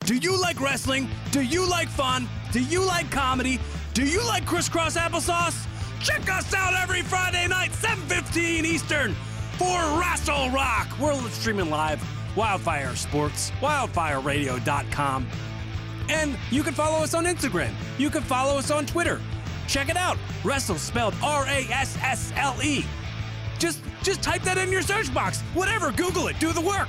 Do you like wrestling? Do you like fun? Do you like comedy? Do you like crisscross applesauce? Check us out every Friday night, 7.15 Eastern for Wrestle Rock. We're streaming live, Wildfire Sports, wildfireradio.com. And you can follow us on Instagram. You can follow us on Twitter. Check it out. Wrestle spelled R-A-S-S-L-E. Just just type that in your search box. Whatever, Google it, do the work.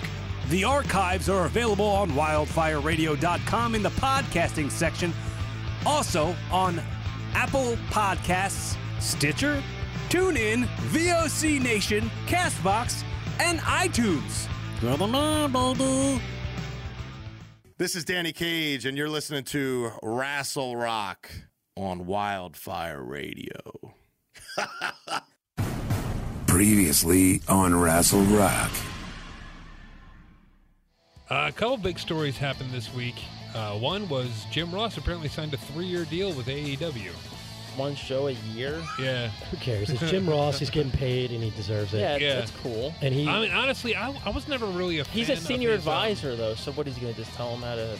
The archives are available on wildfireradio.com in the podcasting section. Also on Apple Podcasts, Stitcher, TuneIn, VOC Nation, Castbox, and iTunes. Grab 'em on, baby. This is Danny Cage, and you're listening to Wrestle Rock on Wildfire Radio. Previously on Wrestle Rock. Uh, a couple big stories happened this week. Uh, one was Jim Ross apparently signed a E three-year deal with AEW. One show a year. Yeah, Who cares? It's Jim Ross. He's getting paid and he deserves it. Yeah, Yeah. that's cool. And he, I mean, honestly, I, I was never really a. He's fan a of senior his, um, advisor though, so what is he gonna just tell him how to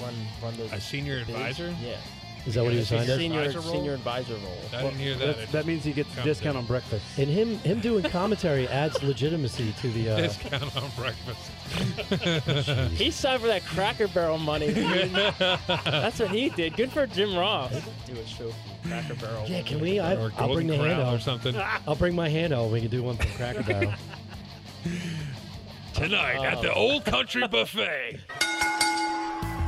run run those? A senior bids? advisor? Yeah, is that what he was signed Senior as? senior advisor role? senior advisor role. I didn't hear that. That, that means he gets a discount on breakfast. And him, him doing commentary adds legitimacy to the. Uh, discount on breakfast. He signed for that Cracker Barrel money. dude. That's what he did. Good for Jim Ross. Do a show from Cracker Barrel. yeah, can we? I, or I'll Golden bring the hand Corral or out. something. I'll bring my hand out. We can do one from Cracker Barrel. Tonight at the Oh. Old Country Buffet.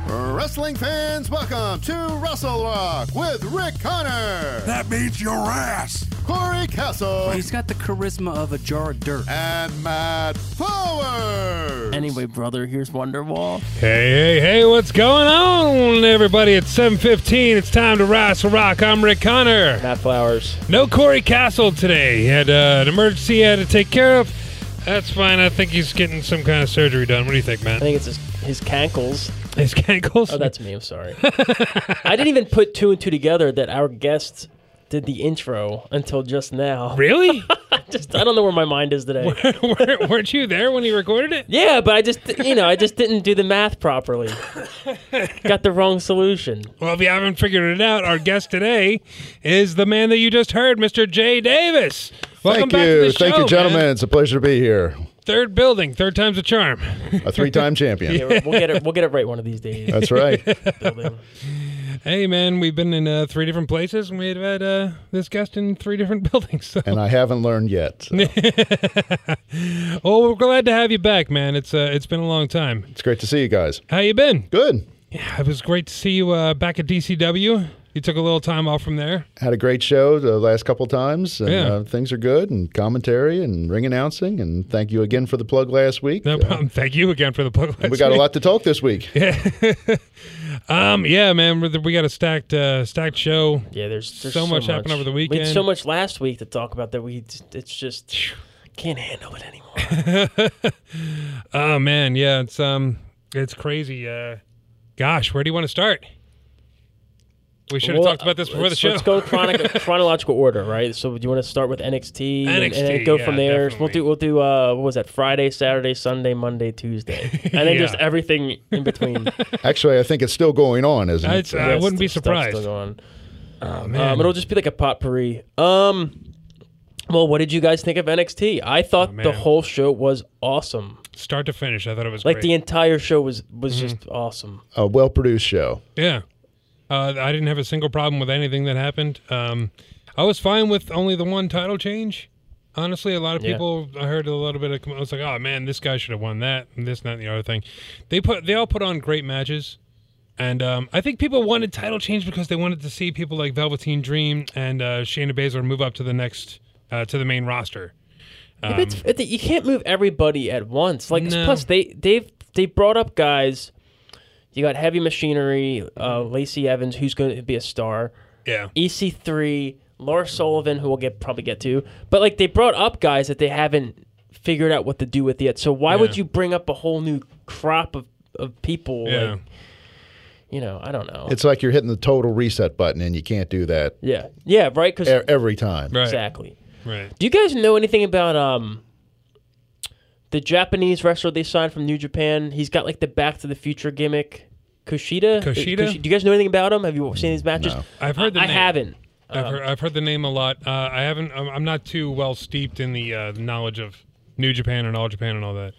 Wrestling fans, welcome to Wrestle Rock with Rick Connor, That means your ass. Corey Castle, He's got the charisma of a jar of dirt. and Matt Flowers. Anyway, brother, here's Wonderwall. Hey, hey, hey, what's going on, everybody? It's 7.15. It's time to wrestle rock. I'm Rick Connor. Matt Flowers. No Corey Castle today. He had uh, an emergency he had to take care of. That's fine. I think he's getting some kind of surgery done. What do you think, I man? think it's his, his cankles. His ankles? Oh, that's me. I'm sorry. I didn't even put two and two together that our guest did the intro until just now. really? Just I don't know where my mind is today. Were- Weren't you there when he recorded it? Yeah, but I just you know I just didn't do the math properly. Got the wrong solution. Well, if you haven't figured it out, our guest today is the man that you just heard, Mr. Jay Davis. Welcome Thank back you. to the show, Thank you, gentlemen. man. It's a pleasure to be here. Third building, third time's a charm. A three time champion. Yeah, we'll get it. We'll get it right one of these days. That's right. building. Hey, man, we've been in uh, three different places, and we've had uh, this guest in three different buildings. So. And I haven't learned yet. so Well, we're glad to have you back, man. It's uh, it's been a long time. It's great to see you guys. How you been? Good. Yeah, it was great to see you uh, back at DCW. You took a little time off from there. Had a great show the last couple times. And, Yeah. uh, things are good, and commentary and ring announcing. And thank you again for the plug last week. No Uh, problem. Thank you again for the plug. we got a lot to talk this week. Um, yeah, man, we- we got a stacked uh, stacked show. Yeah, there's, there's So much happened over the We had weekend. so much last week to talk about that we just- it's just can't handle it anymore. Oh man, yeah, it's um, it's crazy. Uh, gosh, where do you want to start? We should have Well, talked about this before the let's- show. Let's go chronic, chronological order, right? So do you want to start with NXT, and- and, NXT, then go from yeah, there? definitely. We'll do we'll do uh, what was that? Friday, Saturday, Sunday, Monday, Tuesday, and then Yeah. just everything in between. Actually, I think it's still going on, isn't it? It's- I wouldn't be Stuff still surprised. going Oh, on. man. Um, it'll just be like a potpourri. Um, well, what did you guys think of NXT? I thought the Oh, man. whole show was awesome. Start to finish, I thought it was Like great. the Mm-hmm. entire show was was just awesome. a well produced show. yeah. Uh, I didn't have a single problem with anything that happened. Um, I was fine with only the one title change. Honestly, a lot of Yeah. people. I heard a little bit of. I was like, "Oh man, this guy should have won that, and this, and that, and the other thing." They put. They all put on great matches, and um, I think people wanted title change because they wanted to see people like Velveteen Dream and uh, Shayna Baszler move up to the next uh, to the main roster. Yeah, but it's- it- you can't move everybody at once. Like Um, No. plus they they've they brought up guys. You got heavy machinery, uh, Lacey Evans, who's going to be a star. Yeah. EC3, Laura Sullivan, who we'll get probably get to. But like they brought up guys that they haven't figured out what to do with yet. So why would Yeah. you bring up a whole new crop of of people? Yeah. Like, you know, I don't know. It's like you're hitting the total reset button, and you can't do that e- yeah, yeah, right? Because every time. right. exactly. Right. Do you guys know anything about um the Japanese wrestler they signed from New Japan? He's got like the Back to the Future gimmick. Kushida. Uh, Kushida? Do you guys know anything about him? Have you seen these matches? No. I've heard the I, I name. haven't. I've heard, I've heard the name a lot. Uh, I haven't. I'm, I'm not too well steeped in the uh, knowledge of New Japan and All Japan and all that.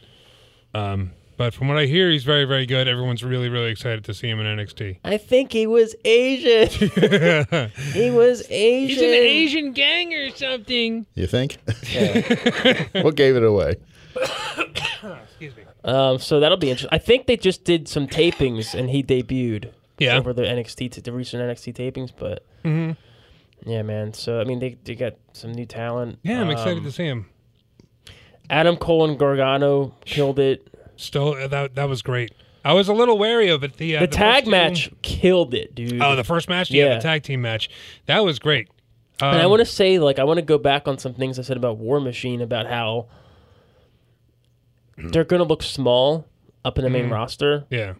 Um, but from what I hear, he's very, very good. Everyone's really, really excited to see him in NXT. I think he was Asian. he was Asian. gang or something. You think? what gave it away? Um, so that'll be interesting. I think they just did some tapings and he debuted. Yeah. Over the NXT, t- the recent NXT tapings, but. Yeah, man. So I mean, they they got some new talent. Mm-hmm. Yeah, I'm excited Um, to see him. Adam Cole and Gargano killed it. Still, uh, that that was great. I was a little wary of it. The, uh, The, first tag two- match killed it, dude. Oh, the first match. Yeah, Yeah. the tag team match. That was great. Um, and I want to say, like, I want to go back on some things I said about War Machine about how Mm. they're going to look small up in the main roster, Yeah.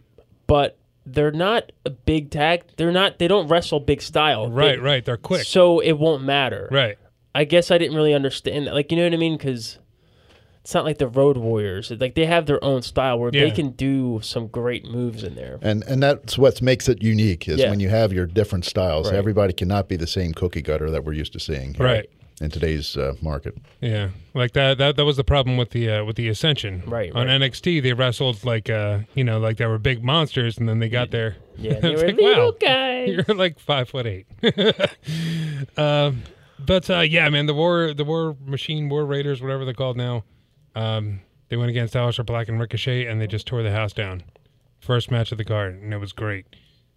but they're not a big tag. They're not. They don't wrestle big style. Right. They- Right. They're quick. So it won't matter. right. I guess I didn't really understand that. Like, you know what I mean? Because it's not like the Road Warriors. Like, they have their own style where they Yeah. can do some great moves in there. And and that's what makes it unique is Yeah. when you have your different styles. Right. Everybody cannot be the same cookie cutter that we're used to seeing. here Right. In today's uh, market, Yeah, like that. That that was the problem with the uh, with the Ascension. Right, on right. NXT, they wrestled like uh, you know, like they were big monsters, and then they Mm. got there. Yeah, they It's were like, little wow. guys. You're like five foot eight. um, but uh, yeah, man, the war, the war machine, war raiders, whatever they're called now. Um, they went against Aleister Black and Ricochet, and they just tore the house down. First match of the card, and it was great.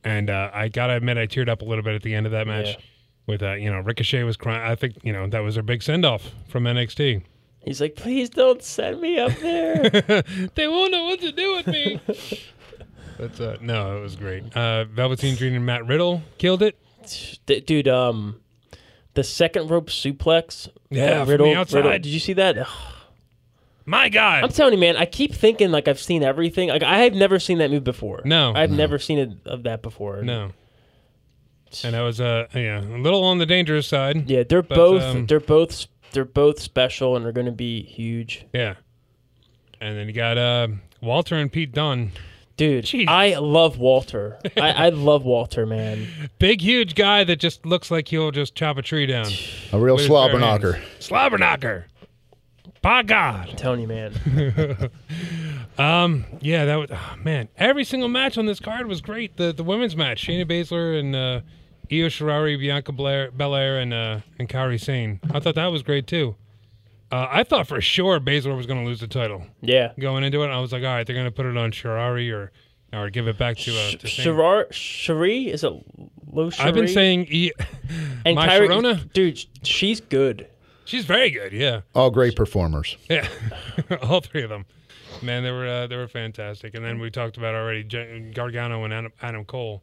And uh, I gotta admit, I teared up a little bit at the end of that match. Yeah. With uh, you know, Ricochet was crying. I think you know that was their big send off from NXT. He's like, please don't send me up there. they won't know what to do with me. That's uh, no, it was great. Uh, Velveteen Dream and Matt Riddle killed it. D- dude, um, the second rope suplex. Yeah, uh, from the outside. Did you see that? Ugh. My God, I'm telling you, man. I keep thinking like I've seen everything. Like I have never seen that move before. No. I've never seen it of that before. no. And I was uh, yeah, a little on the dangerous side. Yeah, they're But, both. um, they're both. They're both special, and they're going to be huge, Yeah. And then you got uh, Walter and Pete Dunne, dude. Jesus. I love Walter. I, I love Walter, man. big huge guy that just looks like he'll just chop a tree down. a real With his bare hands. slobberknocker. Slobberknocker. By God. I'm telling you, man. Yeah, that was oh, man. Every single match on this card was great. The the women's match, Shayna Baszler and uh, Io Shirai, Bianca Blair, Belair, and uh, and Kairi Sane. I thought that was great too. Uh, I thought for sure Baszler was going to lose the title Yeah. going into it. I was like, all right, they're going to put it on Shirari or or give it back to, uh, to Sane. Shirar, Shari is it Lo Shari? I've been saying e- and my Kyrie, Sharona? dude, she's good. she's very good. Yeah, All great performers. yeah, all three of them. Man, they were uh, they were fantastic. And then we talked about already J- Gargano and Adam, Adam Cole.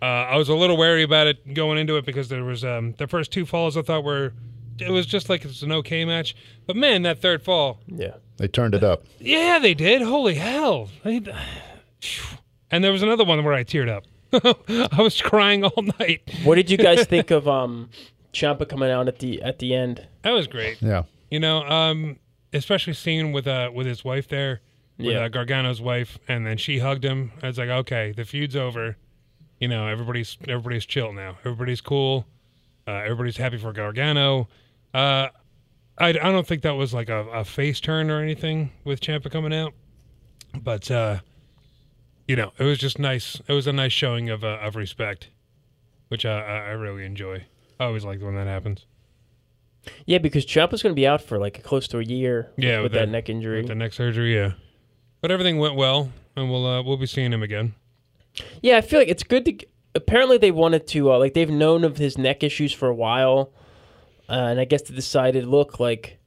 Uh, I was a little wary about it going into it because there was um, the first two falls I thought were it was just like it's an okay match, but man, that third fall, Yeah. They turned it up. yeah, they did. Holy hell! They- and there was another one where I teared up. I was crying all night. What did you guys think of um Champa coming out at the at the end? That was great. Yeah. You know, um, especially seeing with uh with his wife there, with Yeah. uh, Gargano's wife, and then she hugged him. I was like, okay, the feud's over. You know, everybody's everybody's chill now. Everybody's cool. Uh, everybody's happy for Gargano. Uh, I, I don't think that was like a, a face turn or anything with Champa coming out, but uh, you know, it was just nice. It was a nice showing of uh, of respect, which I, I I really enjoy. I always like when that happens. Yeah, because Champa's going to be out for like close to a year. with- Yeah, with, with that that- neck injury. The neck surgery, yeah. But everything went well, and we'll uh, we'll be seeing him again. Yeah, I feel like it's good to. Apparently, they wanted to uh, like they've known of his neck issues for a while, uh, and I guess they decided, look, like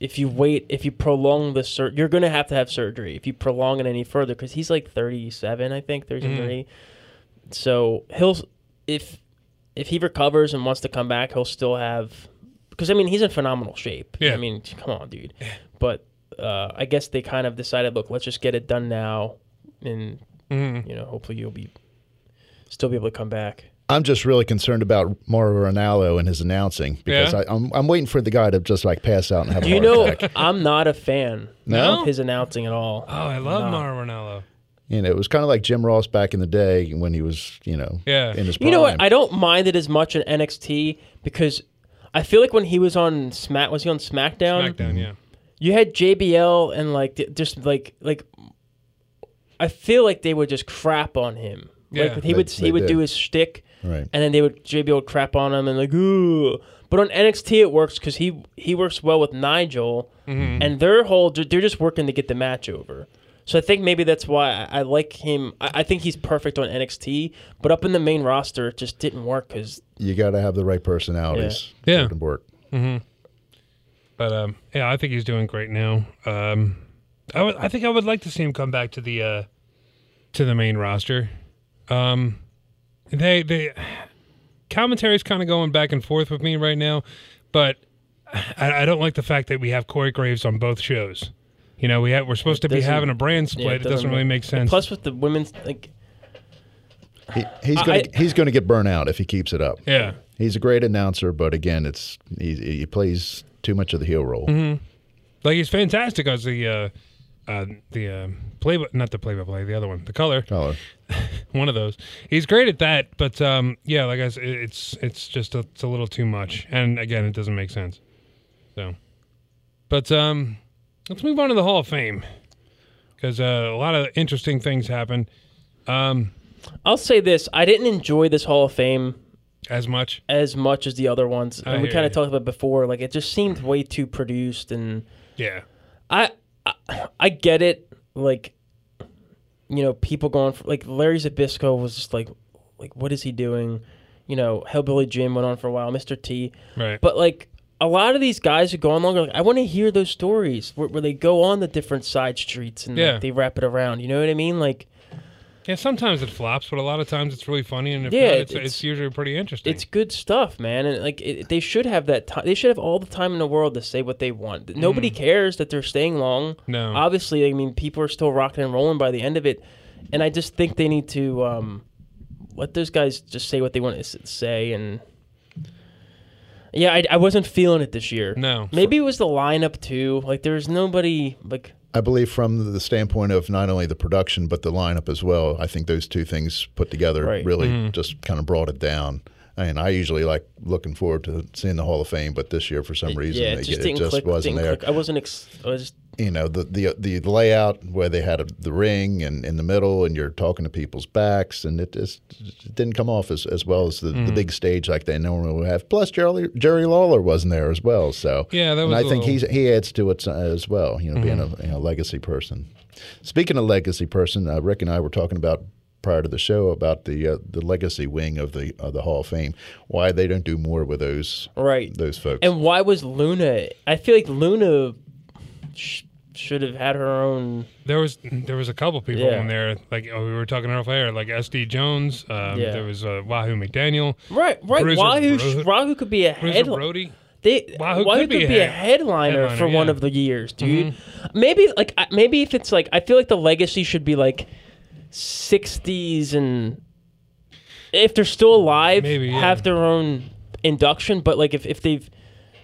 if you wait, if you prolong the sur, you're going to have to have surgery if you prolong it any further because he's like 37, I think, 33. So he'll if if he recovers and wants to come back, he'll still have because I mean he's in phenomenal shape. Yeah. I mean, come on, dude. But uh, I guess they kind of decided, look, let's just get it done now, and you know, hopefully you'll be still be able to come back. I'm just really concerned about Mauro Ronaldo and his announcing because Yeah. I, I'm, I'm waiting for the guy to just like pass out and have a Do you heart know attack. I'm not a fan No? of his announcing at all. Oh, I love Mauro Ronaldo. You know, it was kind of like Jim Ross back in the day when he was, you know, Yeah. in his prime. You know what? I don't mind it as much in NXT because I feel like when he was on Smack, was he on SmackDown? SmackDown, yeah. You had JBL and like th- just like like. I feel like they would just crap on him. Yeah. like he They- would he they would did. do his shtick, Right. and then they would JBL would crap on him and like ooh. But on NXT it works because he he works well with Nigel, Mm-hmm. and their whole they're just working to get the match over. So I think maybe that's why I, I like him. I, I think he's perfect on NXT, but up in the main roster it just didn't work because You got to have the right personalities. Yeah. To work. But um, yeah, I think he's doing great now. Um, I would, I think I would like to see him come back to the uh, to the main roster. Um, they they commentary's kind of going back and forth with me right now, but I, I don't like the fact that we have Corey Graves on both shows. You know, we have, we're supposed to be doesn't- having a brand split. yeah, it, doesn't really make sense. Plus with the women's like He, he's gonna I- he's gonna get burnt out if he keeps it up. yeah, He's a great announcer, but again, it's he, he plays too much of the heel role. Mm-hmm. like he's fantastic as the uh, uh, the uh, play not the play by play the other one the color. Color. one of those. He's great at that, but um, yeah, like I said, it- it's it's just a, it's a little too much, and again, it doesn't make sense. So, but um, let's move on to the Hall of Fame because uh, a lot of interesting things happened. Um, I'll say this: I didn't enjoy this Hall of Fame as much, as much as the other ones. I And we hear kind you. of talked about it before. Like it just seemed way too produced, and yeah, I, I, I get it. Like, you know, people going for like Larry Zabisco was just like, like what is he doing? You know, Hellbilly Jim went on for a while. Mr. T, right, but like a lot of these guys who go on longer, like I want to hear those stories where, where they go on the different side streets and like, Yeah. they wrap it around. You know what I mean? Like. yeah. Sometimes it flops, but a lot of times it's really funny, and if Yeah, not, it's, it's it's- usually pretty interesting. It's good stuff, man, and like it, they should have that time. They should have all the time in the world to say what they want. Nobody cares that they're staying long. No. obviously, I mean, people are still rocking and rolling by the end of it, and I just think they need to um, let those guys just say what they want to s- say. And yeah, I, I wasn't feeling it this year. No. maybe it was the lineup too. Like there was nobody like I believe from the standpoint of not only the production but the lineup as well. I think those two things put together Right. really just kind of brought it down. And I usually like looking forward to seeing the Hall of Fame, but this year for some reason yeah, they it just get- didn't click. wasn't didn't there. click. I wasn't. Ex- I was. You know the the the layout where they had a, the ring and in the middle, and you're talking to people's backs, and it just it didn't come off as, as well as the, Mm. the big stage like they normally would have. Plus Jerry Jerry Lawler wasn't there as well, so Yeah, that and was I a little- think Mm-hmm. he's he adds to it uh, as well. You know, being a you know, legacy person. Speaking of legacy person, uh, Rick and I were talking about prior to the show about the uh, the legacy wing of the of the Hall of Fame. Why they don't do more with those Right. those folks? And why was Luna? I feel like Luna sh- should have had her own. there was there was a couple people Yeah. in there, like oh, we were talking off air, like SD Jones. Um, Yeah. There was uh, Wahoo McDaniel. Right, right. Bruiser Wahoo, Bro- Wahoo could be a Bruiser headliner. Brody. They Wahoo Wahoo, could could, be be, a a headliner, headliner, for one yeah. Mm-hmm. of the years, dude. Maybe like I- maybe if it's like I feel like the legacy should be like '60s and if they're still alive, Maybe, yeah. have their own induction. But like if if they've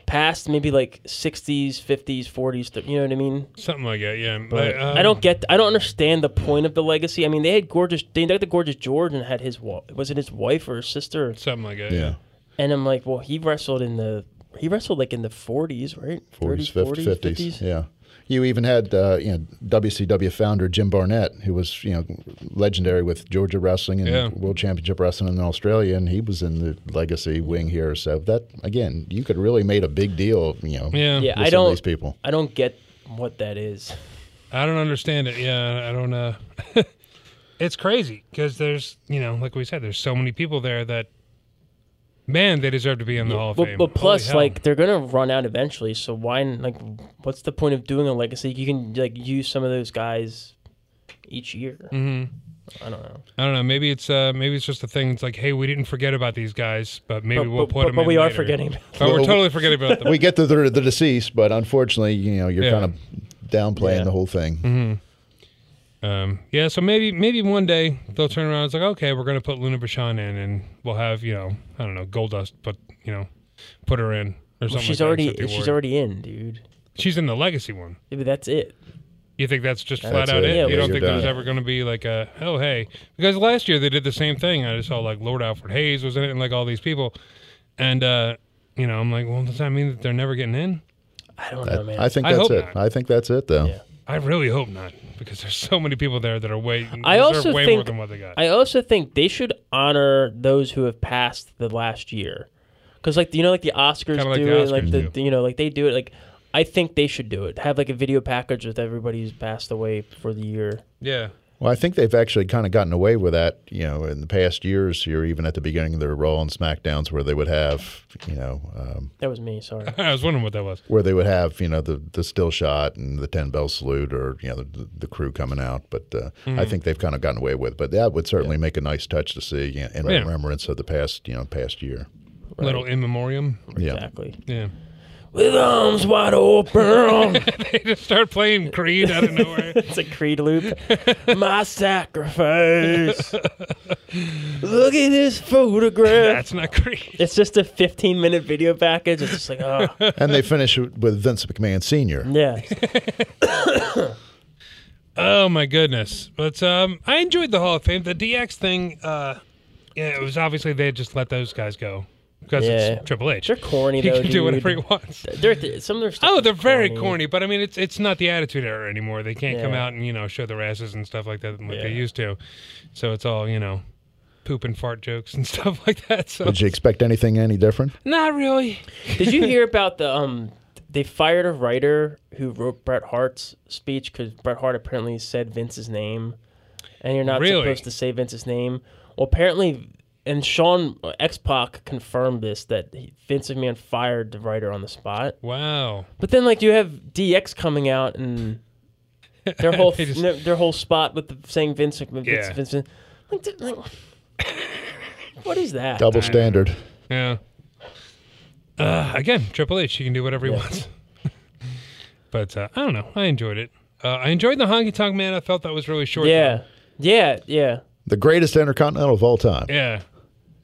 passed, maybe like '60s, '50s, '40s. th- You know what I mean? Something like that, yeah. But um, I don't get. I don't understand the point of the legacy. I mean, they had gorgeous. They inducted gorgeous Jordan. Had his wa- was it his wife or his sister? something like that. yeah, And I'm like, well, he wrestled in the. He wrestled like in the 40s, right? 40s, 30s, 50s, 50s. Yeah. You even had uh, you know WCW founder Jim Barnett, who was you know legendary with Georgia wrestling and Yeah. World Championship wrestling in Australia, and he was in the legacy wing here. So that again, you could really made a big deal. of, You know, Yeah. Yeah, I with some of don't. these people. I don't get what that is. I don't understand it. Yeah, I don't. Uh, it's crazy because there's, you know, like we said, there's so many people there that, man, they deserve to be in the Hall of But, Fame. but plus, Holy hell. like they're gonna run out eventually. So why? n- Like, what's the point of doing a legacy? You can like use some of those guys each year. Mm-hmm. I don't know. I don't know. Maybe it's, uh, maybe it's just a thing. It's like, hey, we didn't forget about these guys, but maybe But- we'll but- put but- them. but in we are later. forgetting. Oh, we're Well, totally forgetting about them. We get the the, the deceased, but unfortunately, you know, you're Yeah. Mm-hmm. kind of downplaying Yeah. the whole thing. Um, yeah, so maybe maybe one day they'll turn around. and It's like okay, we're gonna put Luna Bashan in, and we'll have you know I don't know Goldust, but you know, put her in or something. She's like that, already. accept the She's award. already in, dude. she's in the legacy one. Maybe that's it. You think that's just flat That's out it. it? Yeah, you don't you're think there's done. ever going to be like a oh hey because last year they did the same thing. I just saw like Lord Alfred Hayes was in it and like all these people, and uh, you know I'm like, well, does that mean that they're never getting in? I don't know, man. I think I that's hope it. not. I think that's it, though. I really hope not because there's so many people there that are way I deserve also way think more than what they got. I also think they should honor those who have passed the last year, because like you know, like the Oscars Kinda like do the it, like Oscars the do. you know, like they do it. Like I think they should do it. Have like a video package with everybody who's passed away for the year. yeah. Well, I think they've actually kind of gotten away with that, you know, in the past years here, even at the beginning of their Raw and SmackDowns, where they would have, you know, um, That was me. Sorry. I was wondering what that was. where they would have, you know, the, the still shot and the 10 bell salute or, you know, the, the crew coming out. But uh, I think they've kind of gotten away with it. But that would certainly make a nice touch to see you know, in Yeah. remembrance of the past, you know, past year. Little in memoriam. Yeah. Exactly. Yeah. With arms wide open. they just start playing Creed out of nowhere. it's a Creed loop. My sacrifice. Look at this photograph. That's not Creed. It's just a 15 minute video package. It's just like, oh, and they finish it with Vince McMahon Sr. yeah. Oh my goodness. But um, I enjoyed the Hall of Fame. The DX thing. Uh, yeah, it was obviously they just let those guys go because Yeah. it's Triple H. They're corny, He though. can do whatever he dude. wants. They're, some of their stuff Oh, is they're very corny, but I mean, it's it's not the Attitude Era anymore. They can't come Yeah. out and you know show their asses and stuff like that like Yeah. they used to. So it's all you know, poop and fart jokes and stuff like that. So Did you expect anything any different? not really. Did you hear about the um? They fired a writer who wrote Bret Hart's speech because Bret Hart apparently said Vince's name, and you're not Really? supposed to say Vince's name. Well, apparently, and Sean X Pac confirmed this that he- Vince McMahon fired the writer on the spot. Wow. But then, like, you have DX coming out and their whole They just- their, their whole spot with the saying Vince McMahon. Yeah. Vince, Vince, like, th- like, what is that? Double standard. Yeah. Uh, again, Triple H, he can do whatever he wants. but uh, I don't know. I enjoyed it. Uh, I enjoyed the honky tonk man. I felt that was really short. Yeah, yeah, yeah. The greatest intercontinental of all time. Yeah.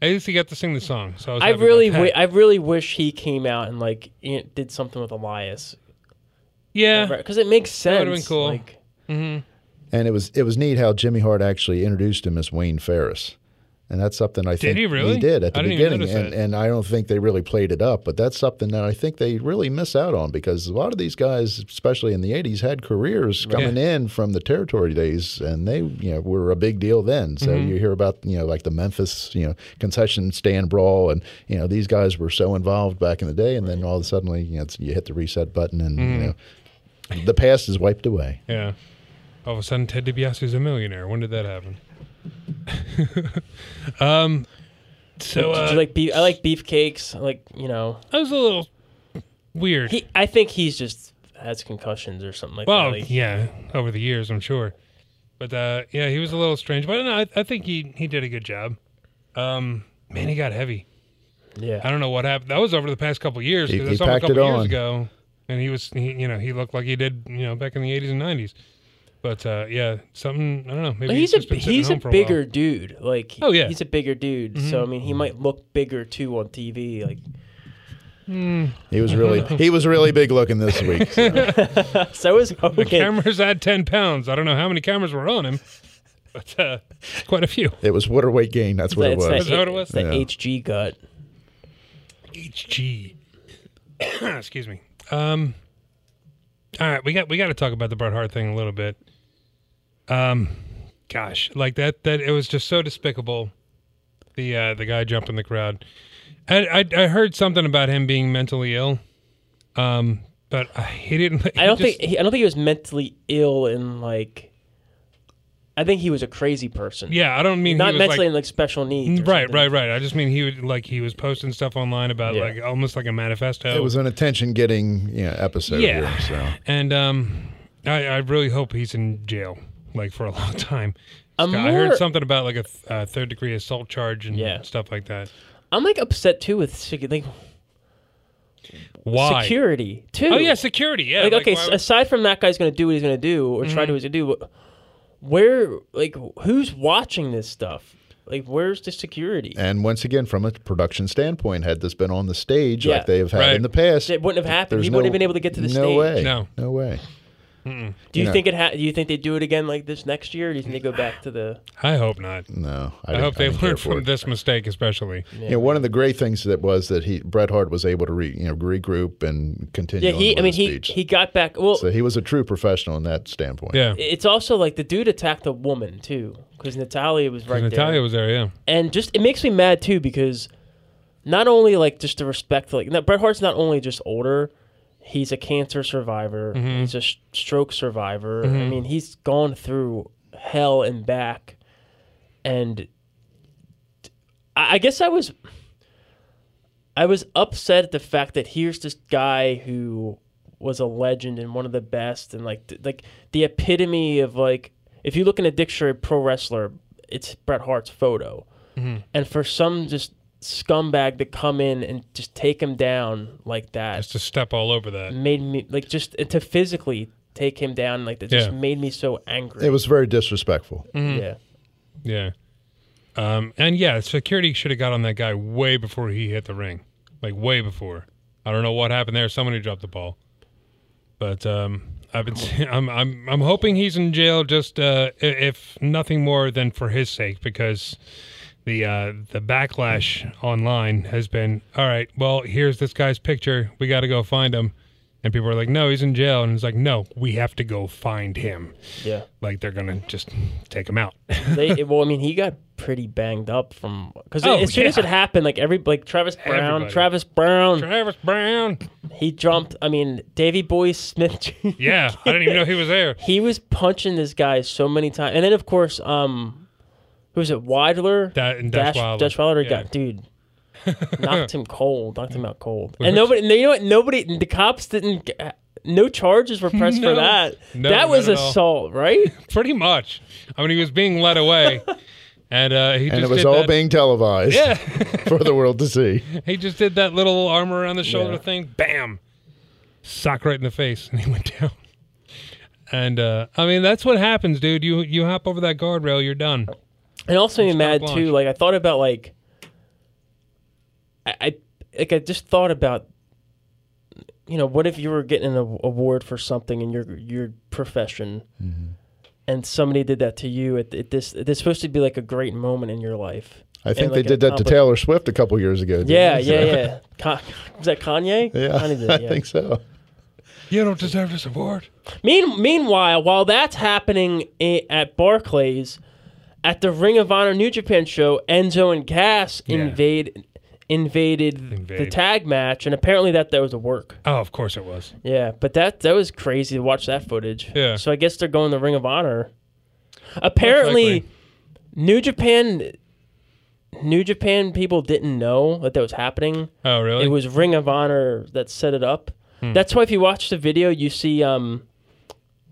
At least he got to sing the song. So I, was I happy about really, that. wi- I really wish he came out and like i- did something with Elias yeah. because it makes sense. would've been cool. Like, And it was it was neat how Jimmy Hart actually introduced him as Wayne Ferris. And that's something I think he really? did at the I didn't even beginning. notice and, that. and I don't think they really played it up, but that's something that I think they really miss out on because a lot of these guys, especially in the eighties, had careers coming in from the territory days and they, you know, were a big deal then. So Mm-hmm. you hear about, you know, like the Memphis, you know, concession stand brawl and you know, these guys were so involved back in the day and then all of a sudden you know, it's- you hit the reset button and Mm-hmm. you know the past is wiped away. Yeah. All of a sudden, Ted DiBiase's a millionaire. When did that happen? um. So did uh, you like beef? I like beefcakes. I Like you know, I was a little weird. he. I think he's just has concussions or something like Well, that. Like, yeah, over the years, I'm sure. But uh, yeah, he was a little strange, but no, I, I think he he did a good job. Um, man, he got heavy. yeah. I don't know what happened. That was over the past couple of years. He- 'cause I he saw him a packed it couple of years on. ago, and he was he, you know he looked like he did you know back in the 80s and 90s. But uh, yeah, something I don't know. Maybe But he's he's, a just been sitting he's a home for a while. bigger dude. Like Oh, yeah. Mm-hmm. he's a bigger dude. So I mean, he might look bigger too on TV. Like He was really he was really big looking this week. so. so is Hogan. Cameras add 10 pounds. I don't know how many cameras were on him, but uh, quite a few. It was water weight gain. That's what it It's was. Is that what it was? it's that Yeah. HG gut. HG. Excuse me. Um. All right, we got we got to talk about the Bret Hart thing a little bit. Um, gosh, like that that it was just so despicable. The uh, the guy jumped in the crowd. I, I I heard something about him being mentally ill. Um, but I, he didn't. he I don't just- think he, I don't think he was mentally ill and like. I think he was a crazy person. Yeah, I don't mean not he was like, Mm, mentally in like special needs. or right, something. right, right. I just mean he would like he was posting stuff online about Yeah. like almost like a manifesto. It was an attention getting you know, episode Yeah. here. So And um, I, I really hope he's in jail, like for a long time. I'm I heard more- something about like a th- uh, third degree assault charge and Yeah. stuff like that. I'm like upset too with secu- like Why? security too. Oh yeah, security. Yeah. Like, like, okay, why s- would- Mm-hmm. aside from that guy's going to do what he's going to do or try to do what he's going to do, wh- where like who's watching this stuff? Like where's the security? and once again, from a production standpoint, had this been on the stage Yeah. like they have had Right. in the past, It wouldn't have happened. there's He no, wouldn't have been able to get to the no stage. Way. No. no way. Do you, know. think it? Ha- do you think they do it again like this next year? Or do you think they go back to the? I hope not. No, I, didn't- hope they didn't care learned for from it. this mistake, especially. You know, one of the great things that was that he Bret Hart was able to re, you know regroup and continue. Yeah, on he. with I mean, his he speech. he got back. Well, so he was a true professional in that standpoint. Yeah. it's also like the dude attacked a woman too, because Natalia was right Natalia there, was there, yeah. and just it makes me mad too because not only like just the respect, like no, Bret Hart's not only just older, he's a cancer survivor, he's a sh- stroke survivor. I mean, he's gone through hell and back, and I, I guess I was. I was upset at the fact that here's this guy who was a legend and one of the best and like th- like the epitome of like if you look in a dictionary of pro wrestler, it's Bret Hart's photo. And for some just scumbag to come in and just take him down like that Just to step all over that. made me like just to physically take him down like that just Yeah. made me so angry. It was very disrespectful. Mm-hmm. Yeah. Yeah. Um, and yeah, security should have got on that guy way before he hit the ring. Like, way before. I don't know what happened there. Somebody dropped the ball. But um, I've been, I'm, I'm, I'm hoping he's in jail just uh, i- if nothing more than for his sake because the uh, the backlash online has been all right. Well, here's this guy's picture. We got to go find him, and people are like, "No, he's in jail," and it's like, "No, we have to go find him." Yeah. Like they're gonna just take him out. They, well, I mean, he got pretty banged up from because Oh, as soon as yeah. it happened, like every like Travis Brown, Everybody. Travis Brown, Travis Brown. He jumped. I mean, Davy Boy Smith. Jr., Yeah, I didn't even know he was there. he was punching this guy so many times, and then of course, um, who was it? Weidler. Da- and Dash Wilder. Dash Wilder Yeah. got dude. knocked him cold. Knocked him out cold. And nobody. You know what? Nobody. The cops didn't. g- uh, No charges were pressed No. for that. No, that was not at all. assault, right? Pretty much. I mean, he was being led away, and uh, he And just it was did all that- being televised Yeah. for the world to see. He just did that little arm around the shoulder Yeah. thing. Bam! Sock right in the face, and he went down. And uh, I mean, that's what happens, dude. You you hop over that guardrail, you're done. And also made me mad carte too. blanche. Like I thought about like I, I like I just thought about you know what if you were getting an a- award for something in your your profession Mm-hmm. and somebody did that to you at, at this this supposed to be like a great moment in your life. I think And, like, they did an that to accompli- Taylor Swift a couple years ago. didn't Yeah, they? yeah, yeah. Con- was that Kanye? Yeah, Kanye did I it, yeah. think so. You don't deserve this award. Mean, meanwhile, while that's happening i at Barclays, at the Ring of Honor New Japan show, Enzo and Cass invade invaded the Invade. tag match, and apparently that that was a work. Oh, of course it was. Yeah, but that that was crazy to watch that footage. Yeah. So I guess they're going the Ring of Honor. Apparently, likely. New Japan. New Japan people didn't know that that was happening. Oh, really? It was Ring of Honor that set it up. Hmm. That's why if you watch the video, you see um,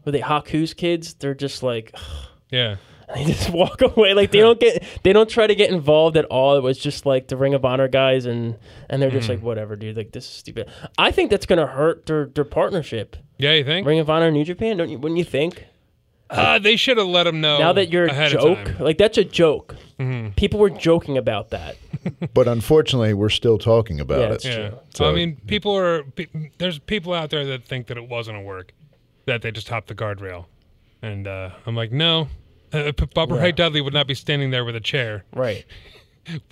were they Haku's kids? They're just like Yeah. they just walk away. Like they don't get they don't try to get involved at all. It was just like the Ring of Honor guys and and they're just Hmm. like whatever, dude. Like this is stupid. I think that's gonna hurt their their partnership. Yeah, you think? Ring of Honor, New Japan. Don't you? Wouldn't you think? Uh, they should have let him know. now that you're a ahead of time. Mm-hmm. joke, like that's a joke. People were joking about that. But unfortunately, we're still talking about Yeah, it. it's true. Yeah. So- I mean, people are pe- there's people out there that think that it wasn't a work, that they just hopped the guardrail, and uh, I'm like, no, uh, P- Bubba Ray Dudley would not be standing there with a chair Right.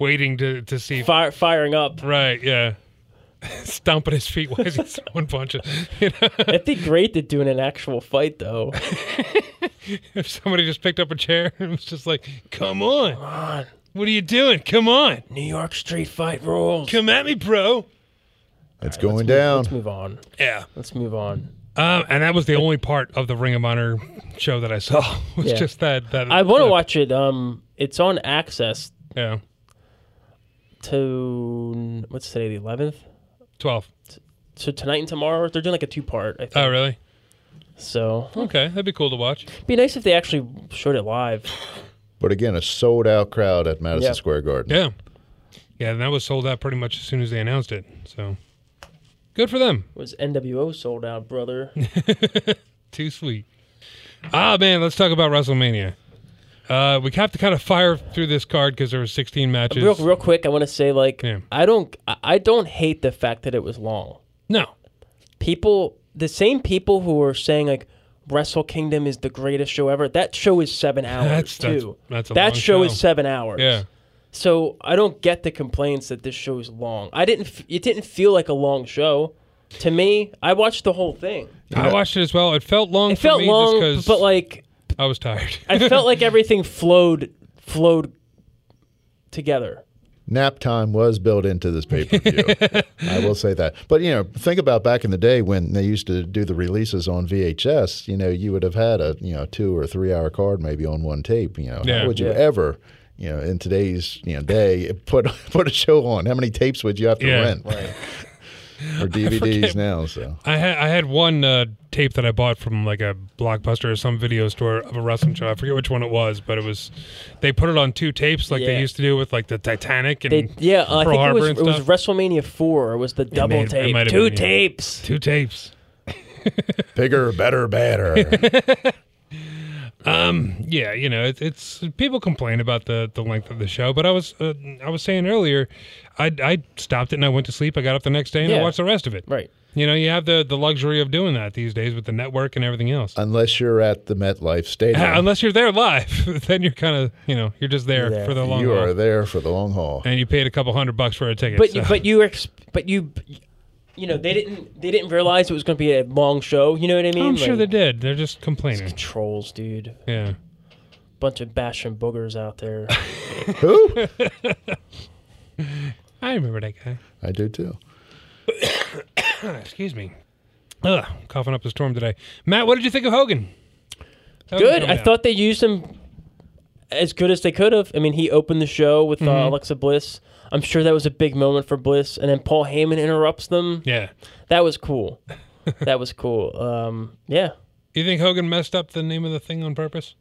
waiting to to see. Fire, firing up. right? Yeah. Stomping his feet while he's throwing punches. You know, It'd be great to do in an actual fight, though. if somebody just picked up a chair and was just like, "Come on, what are you doing? Come on, New York street fight rules. come at me, bro." it's going down. Let's move on. Yeah. Let's move on. Um, and that was the only part of the Ring of Honor show that I saw was Yeah. just that. That I want to clip. watch it. Um, it's on access Yeah. to what's today, the eleventh. 12. So tonight and tomorrow, they're doing like a two part. I think. Oh, really? So Okay. That'd be cool to watch. it'd be nice if they actually showed it live. But again, a sold out crowd at Madison Yeah. Square Garden. Yeah. Yeah. And that was sold out pretty much as soon as they announced it. So good for them. It was NWO sold out, brother? Too sweet. Ah, man. Let's talk about WrestleMania. Uh, we have to kind of fire through this card because there were 16 matches. real, real quick, I want to say like Yeah. I don't, I- I don't hate the fact that it was long. No. People, the same people who are saying like Wrestle Kingdom is the greatest show ever. That show is seven hours That's- that's- too. that's a that long show, show. is seven hours. Yeah. So I don't get the complaints that this show is long. I didn't. f- It didn't feel like a long show. To me, I watched the whole thing. I watched it as well. It felt long It for felt me just long, because but like I was tired. I felt like everything flowed flowed together. nap time was built into this pay per view. I will say that. But you know, think about back in the day when they used to do the releases on VHS. You know, you would have had a you know two or three hour card maybe on one tape. You know, Yeah. how would you ever? You know, in today's you know day, put put a show on. How many tapes would you have to Yeah. rent? or DVDs now? So I had I had one uh, tape that I bought from like a blockbuster or some video store of a wrestling show. I forget which one it was, but it was they put it on two tapes like they Yeah. used to do with like the Titanic and They, yeah, Pearl I think Harbor it was, and it was stuff. WrestleMania four. It was the double may- it tape, might have two been, yeah. tapes. two tapes. bigger, better, badder. Yeah, you know, it, it's people complain about the the length of the show, but I was uh, I was saying earlier, I I stopped it and I went to sleep. I got up the next day and I Yeah. watched the rest of it. Right. You know, you have the the luxury of doing that these days with the network and everything else. Unless you're at the MetLife Stadium, Unless you're there live, then you're kind of you know you're just there, for the long you haul. are there for the long haul. and you paid a couple hundred bucks for a ticket. But so. you, but you ex- but you you know they didn't they didn't realize it was going to be a long show. You know what I mean? I'm sure they Like, did. They're just complaining. Trolls, dude. Yeah. Bunch of bashing boogers out there. Who? I remember that guy. I do too. Ah, Excuse me. Ugh, coughing up a storm today. Matt, what did you think of Hogan? Hogan good. coming I out. thought they used him as good as they could have. I mean, he opened the show with Mm-hmm. uh, Alexa Bliss. I'm sure that was a big moment for Bliss, and then Paul Heyman interrupts them. Yeah. That was cool. that was cool. Um, yeah. You think Hogan messed up the name of the thing on purpose?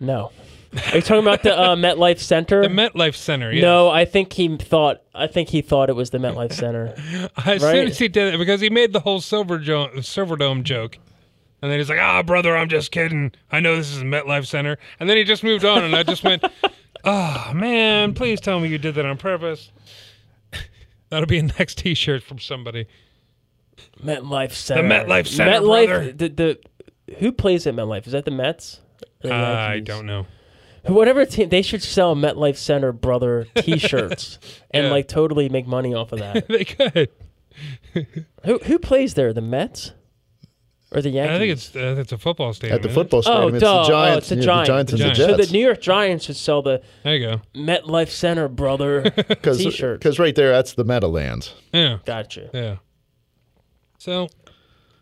No. Are you talking about the uh, MetLife Center? The MetLife Center. Yes. No, I think he thought. I think he thought it was the MetLife Center. As soon right. as he did it, because he made the whole silver jo- silver dome joke, and then he's like, "Ah, brother, I'm just kidding. I know this is MetLife Center." And then he just moved on, and I just went, "Ah, man, please tell me you did that on purpose." That'll be a next T-shirt from somebody. MetLife Center. MetLife Center, MetLife. brother. The, the who plays at MetLife? Is that the Mets? Or the Uh, Ah, I Yankees? don't know. Whatever team they should sell MetLife Center brother T-shirts and Yeah. like totally make money off of that. They could. who who plays there? The Mets or the Yankees? I think it's uh, it's a football stadium. At the isn't it? football stadium, it's, duh. the Giants, Oh, it's the yeah, Giants. and Giants. the so. Jets. The New York Giants should sell the There you go. MetLife Center brother T-shirt. Because right there, that's the Meadowlands. Yeah, Gotcha. yeah. So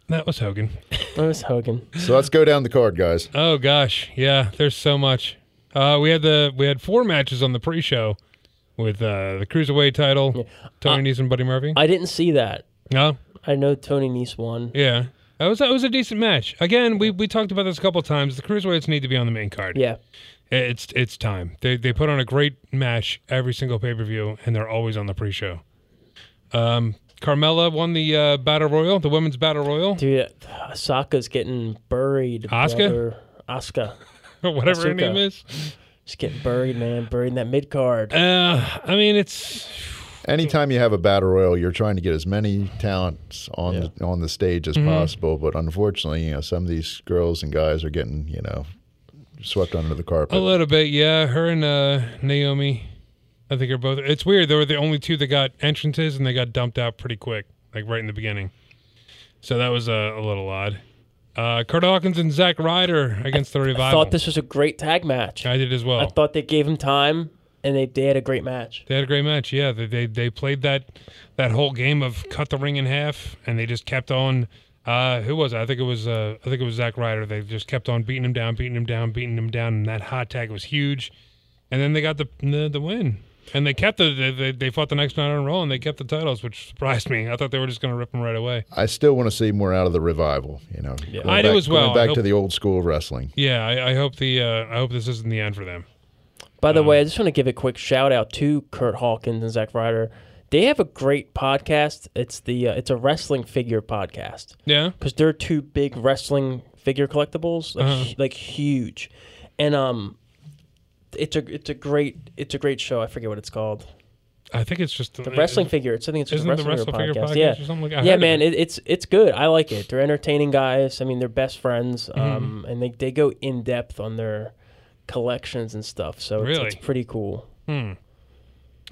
that was Hogan. That was Hogan. So let's go down the card, guys. Oh gosh, yeah. There's so much. Uh, we had the we had four matches on the pre-show with uh, the cruiserweight title, Tony Nese and Buddy Murphy. I didn't see that. no, I know Tony Nese won. yeah. That was that was a decent match. Again, we we talked about this a couple times. The cruiserweights need to be on the main card. Yeah. It's it's time. They they put on a great match every single pay per view, and they're always on the pre show. Um, Carmella won the uh, battle royal, the women's battle royal, Dude, Osaka's getting buried. Asuka? brother. Asuka. whatever her Asuka. name is. She's getting buried, man. Buried in that mid card. Uh, I mean, it's Anytime you have a battle royal, you're trying to get as many talents on the, on the stage Mm-hmm. as possible. But unfortunately, you know, some of these girls and guys are getting you know swept under the carpet. a little bit, yeah. Her and uh, Naomi, I think are both. It's weird. They were the only two that got entrances, and they got dumped out pretty quick, like right in the beginning. So that was uh, a little odd. Uh, Kurt Hawkins and Zack Ryder against the I revival. thought this was a great tag match. I did as well. I thought they gave him time and they, they had a great match. They had a great match. Yeah, they, they they played that that whole game of cut the ring in half, and they just kept on. Uh, who was it? I think it was uh, I think it was Zack Ryder. They just kept on beating him down, beating him down, beating him down, and that hot tag was huge. And then they got the the, the win, and they kept the they- they, they fought the next night on a roll, and they kept the titles, which surprised me. I thought they were just going to rip them right away. I still want to see more out of the revival. You know, yeah. I do as well. Going back I to hope- the old school wrestling. Yeah, I, I hope the uh, I hope this isn't the end for them. By the way, I just want to give a quick shout out to Kurt Hawkins and Zack Ryder. They have a great podcast. It's the uh, it's a wrestling figure podcast. Yeah, because they're two big wrestling figure collectibles, like, hu- like huge, and um, it's a it's a great it's a great show. I forget what it's called. I think it's just The wrestling figure. It's, I think it's just Isn't a the wrestling, Wrestling Figure podcast. podcast yeah. or something like- I yeah, heard of man, it. it, it's it's good. I like it. They're entertaining guys. I mean, they're best friends. Mm-hmm. Um, and they, they go in depth on their collections and stuff. So it's, Really? it's pretty cool.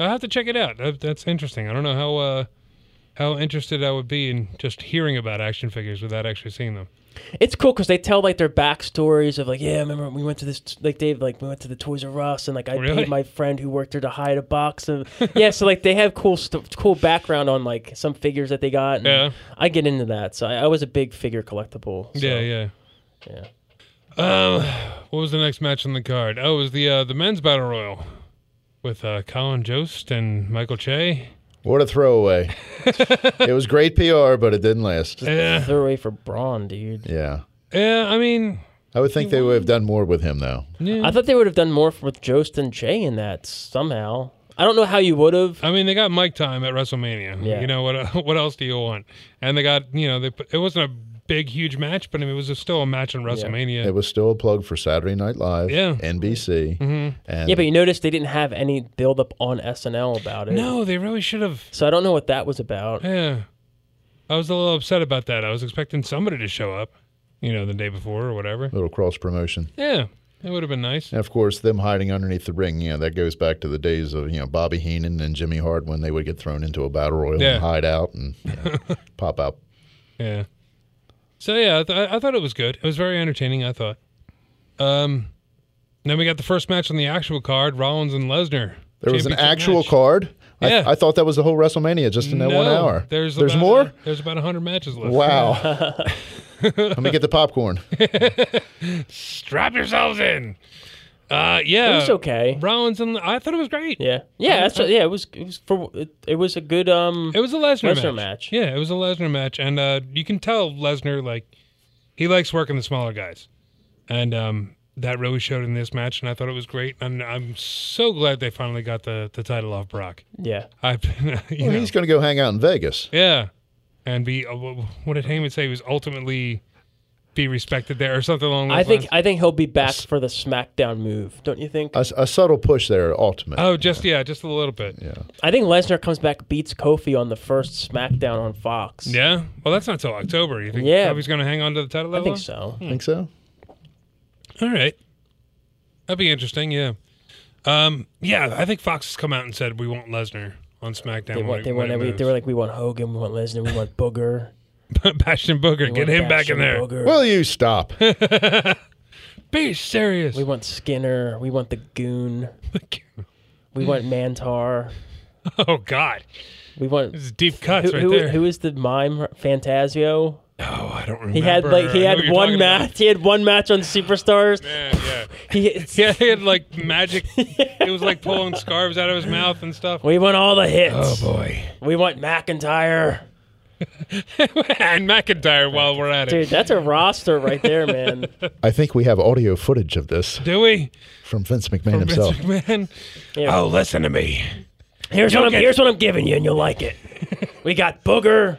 I'll have to check it out. That, that's interesting. I don't know how uh, how interested I would be in just hearing about action figures without actually seeing them. It's cool because they tell like their backstories of like, yeah, remember we went to this like Dave like we went to the Toys R Us and like I Really? paid my friend who worked there to hide a box of yeah. So like they have cool st- cool background on like some figures that they got. And Yeah. I get into that. So I, I was a big figure collectible. So. yeah, yeah, yeah. Um, what was the next match on the card? Oh, it was the uh, the men's battle royal with uh, Colin Jost and Michael Che. What a throwaway. it was great PR, but it didn't last. Yeah, They're away for Braun, dude. Yeah. yeah. I mean, I would think they would have done more with him, though. I thought they would have done more for- with Jost and Jay in that somehow. I don't know how you would have. I mean, they got mic time at WrestleMania. Yeah. You know what? What else do you want? And they got you know they put, it wasn't a big huge match, but I mean, it was still a match on WrestleMania. It was still a plug for Saturday Night Live, Yeah. Mm-hmm. NBC. And Yeah, but you noticed they didn't have any build up on SNL about it. No, they really should have. So I don't know what that was about. Yeah. I was a little upset about that. I was expecting somebody to show up, you know, the day before or whatever. little cross promotion. Yeah. That would have been nice. And of course, them hiding underneath the ring, you know, that goes back to the days of, you know, Bobby Heenan and Jimmy Hart when they would get thrown into a battle royal Yeah. and hide out and you know, pop out. Yeah. So yeah, I, th- I thought it was good. It was very entertaining. I thought. Um, then we got the first match on the actual card: Rollins and Lesnar. There was an Championship actual match. card. Yeah. I, I thought that was the whole WrestleMania just in that one No, hour. There's about- more? There's about hundred matches left. Wow. Let me get the popcorn. Strap yourselves in. Uh, yeah. It was okay. Rollins and I thought it was great. Yeah, yeah, that's what, yeah. It was it was for it, it was a good um. It was a Lesnar, Lesnar match. Yeah, it was a Lesnar match, and uh, you can tell Lesnar like he likes working the smaller guys, and um, that really showed in this match. And I thought it was great, and I'm so glad they finally got the, the title off Brock. yeah, I've been, you Well, know, he's going to go hang out in Vegas. yeah, and be uh, wh- wh- what did Heyman say? He was ultimately be respected there or something along those I think lines. I think he'll be back for the SmackDown move, don't you think? Uh, A, a subtle push there, ultimate. Oh, just yeah, just a little bit. Yeah. I think Lesnar comes back, beats Kofi on the first SmackDown on Fox. Well, that's not till October. You think Yeah. Kofi's going to hang on to the title? I think so. Think so? All right. That'd be interesting, yeah. Um, yeah, I think Fox has come out and said we want Lesnar on SmackDown. They when want it- they when want it every, moves. they were like we want Hogan, we want Lesnar, we want Booger, Bastion Booger, we get want him back in Bastion, there. Booger. Will you stop? Be serious. we want Skinner, we want the Goon, we want Mm. Mantar, oh God, we want this is deep cuts who, right who- there. who is the mime Fantasio? oh, I don't remember. He had like he I know had what you're one talking about. match. He had one match on Superstars. Yeah, He, yeah, yeah. He had like magic. it was like pulling scarves out of his mouth and stuff. We want all the hits. boy, We want McIntyre. and McIntyre. While we're at it, Dude, that's a roster right there, man. I think we have audio footage of this do we? from Vince Vince McMahon himself. McMahon. Yeah. listen to me. here's what I'm, get- here's what I'm giving you, and you'll like it. We got Booger.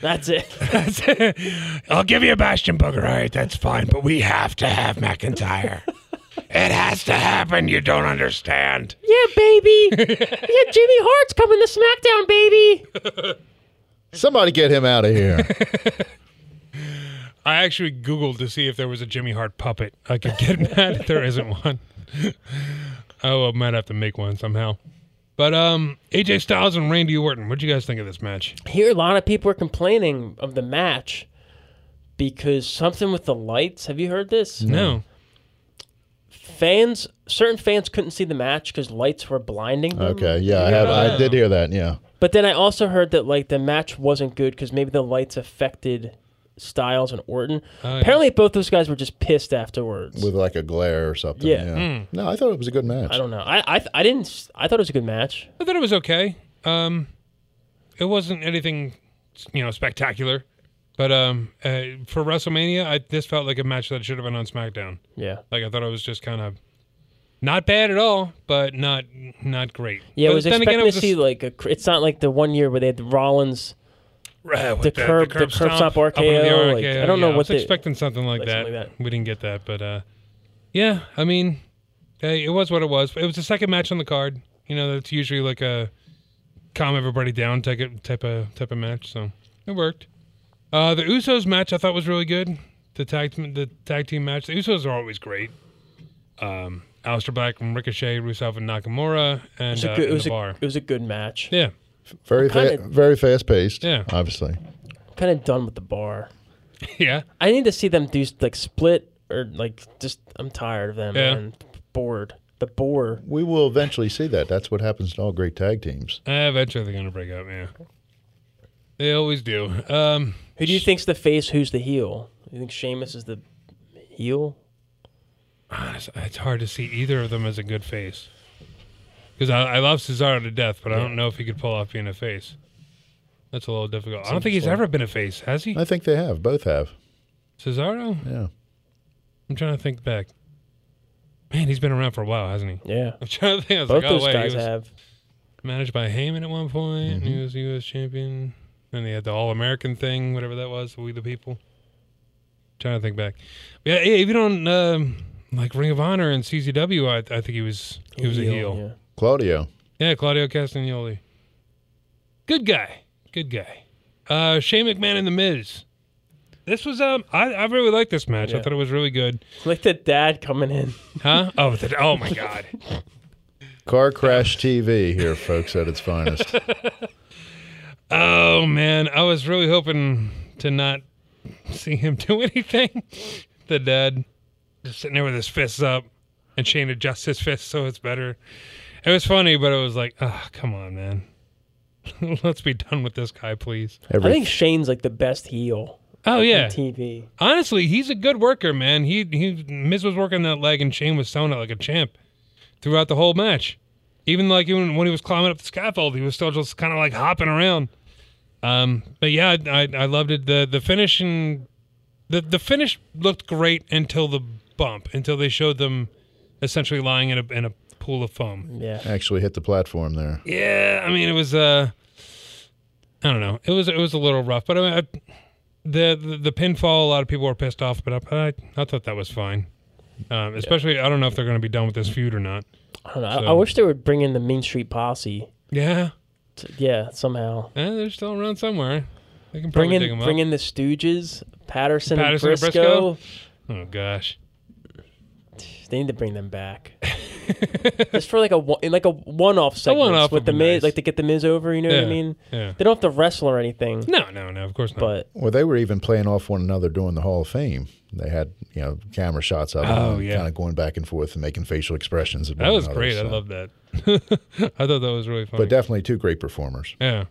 That's it. I'll give you a Bastion Booger. All right, that's fine, but we have to have McIntyre. it has to happen. You don't understand. Yeah, baby. yeah, Jimmy Hart's coming to SmackDown, baby. Somebody get him out of here. I actually Googled to see if there was a Jimmy Hart puppet. I could get mad if there isn't one. oh, I might have to make one somehow. But um, AJ Styles and Randy Orton. What'd you guys think of this match? Here, a lot of people are complaining of the match because something with the lights. Have you heard this? Mm. No, Fans, certain fans couldn't see the match because lights were blinding them. Okay, yeah, I, have, I did hear that. Yeah, But then I also heard that like the match wasn't good because maybe the lights affected Styles and Orton. Oh, Apparently, both those guys were just pissed afterwards. with like a glare or something. Yeah. Yeah. Hmm. No, I thought it was a good match. I don't know. I I, th- I didn't. s- I thought it was a good match. I thought it was okay. Um, it wasn't anything, you know, spectacular. But um, uh, for WrestleMania, I, this felt like a match that should have been on SmackDown. Yeah. Like I thought it was just kind of not bad at all, but not not great. Yeah, but I was then expecting again, it was to a see like a. cr- It's not like the one year where they had the Rollins Right, with the curb- the curb stomp up into RKO, like, I don't know I was what the- expecting something like, like that. something like that. We didn't get that, but uh, yeah, I mean, hey, it was what it was. It was the second match on the card. You know, it's usually like a calm everybody down type of type of, type of match. So it worked. Uh, the Usos match I thought was really good. The tag the tag team match. The Usos are always great. Um, Aleister Black and Ricochet, Rusev and Nakamura, and, It was a uh, good, and it was the a, bar. it was a good match. yeah, Very fa- kinda- very fast paced. Yeah. Obviously. Kind of done with the bar. yeah. I need to see them do like split or like just. I'm tired of them. Yeah. Man. Bored. The bore. We will eventually see that. That's what happens to all great tag teams. Uh, eventually they're gonna break up. Yeah, they always do. Um, Who do you think's the face? Who's the heel? You think Sheamus is the heel? honest- it's hard to see either of them as a good face. Because I, I love Cesaro to death, but I don't know if he could pull off being a face. That's a little difficult. I don't think he's ever been a face, has he? I think they have. Both have. Cesaro? Yeah. I'm trying to think back. Man, he's been around for a while, hasn't he? Yeah. I'm trying to think. I was Both like, oh, those wait, guys he was have. managed by Heyman at one point. and He was U.S. champion. Then he had the All American thing, whatever that was. We the people. Trying to think back. But yeah, yeah, even on um, like Ring of Honor and CZW, I, I think he was he was a heel. yeah. Claudio. Yeah, Claudio Castagnoli. Good guy. Good guy. Uh, Shane McMahon and The Miz. This was um, I, I really liked this match. I Yeah. thought it was really good. Like the dad coming in. Huh? Oh, the, oh my God. Car crash TV here, folks, at its finest. Oh man, I was really hoping to not see him do anything. The dad just sitting there with his fists up, and Shane adjusts his fists so it's better. It was funny, but it was like, ah, come on, man. Let's be done with this guy, please. Every, I think Shane's like the best heel Oh yeah, on TV. honestly, he's a good worker, man. He he Miz was working that leg and Shane was selling it like a champ throughout the whole match. Even like even when he was climbing up the scaffold, he was still just kind of like hopping around. Um, but yeah, I, I I loved it. the The finish and the the finish looked great until the bump, until they showed them essentially lying in a in a pool of foam. Yeah. actually hit the platform there. Yeah, I mean it was uh I don't know. It was it was a little rough, but I, mean, I the, the the pinfall a lot of people were pissed off, but I I, I thought that was fine. Um, especially I don't know if they're going to be done with this feud or not. I don't know. I- I, So- wish they would bring in the Mean Street Posse. Yeah. to- yeah, somehow. Eh, they're still around somewhere. They can Bring probably dig in, them bring up. in the Stooges, Patterson, Patterson and and, Briscoe. Oh gosh. They need to bring them back. Just for like a one- in like a one-off segment one-off with would the be Miz, nice. like to get the Miz over. You know what Yeah, I mean? yeah. They don't have to wrestle or anything, No, no, no. Of course not. but Well, they were even playing off one another during the Hall of Fame. They had, you know, camera shots of Oh, them yeah. kind of going back and forth and making facial expressions. Of that one was another, great. I so. love that. I thought that was really funny. But definitely two great performers. Yeah.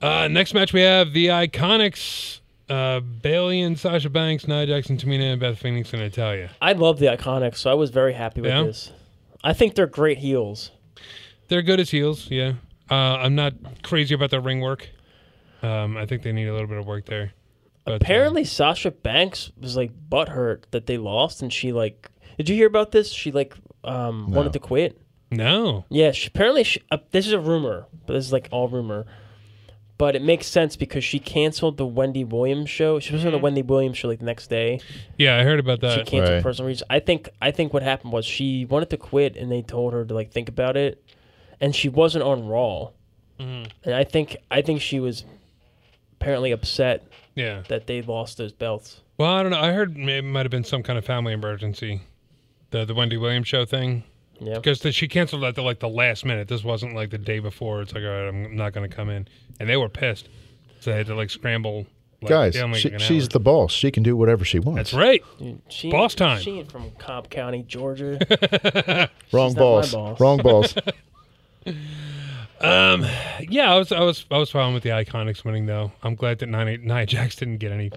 Uh, next match we have the Iconics, uh, Bailey and Sasha Banks, Nia Jackson, Tamina, and Beth Phoenix and Natalia. I love the Iconics, so I was very happy with Yeah? this. I think they're great heels. They're good as heels, yeah. Uh, I'm not crazy about their ring work. Um, I think they need a little bit of work there. But, uh, Apparently, Sasha Banks was like butthurt that they lost, and she like. Did you hear about this? She like um, wanted to quit. no. Yeah, she, apparently she, uh, this is a rumor, but this is like all rumor. But it makes sense because she canceled the Wendy Williams show. She was Mm-hmm. on the Wendy Williams show like the next day. Yeah, I heard about She that. canceled Right. for personal reasons. I think I think what happened was she wanted to quit, and they told her to like think about it, and she wasn't on Raw. Mm-hmm. And I think I think she was apparently upset Yeah. that they lost those belts. Well, I don't know. I heard it might have been some kind of family emergency, the the Wendy Williams show thing. Yeah, Because the, she canceled at the, like the last minute. This wasn't like the day before. It's like, all right, I'm not going to come in, and they were pissed, so they had to like scramble. Like, Guys, down, like, she, an she's hour. the boss. She can do whatever she wants. That's right. she, boss time. She ain't from Cobb County, Georgia. Wrong not my boss. boss. Wrong boss. Yeah, I was, I was, I was fine with the Iconics winning though. I'm glad that Nia, Nia Jax didn't get any,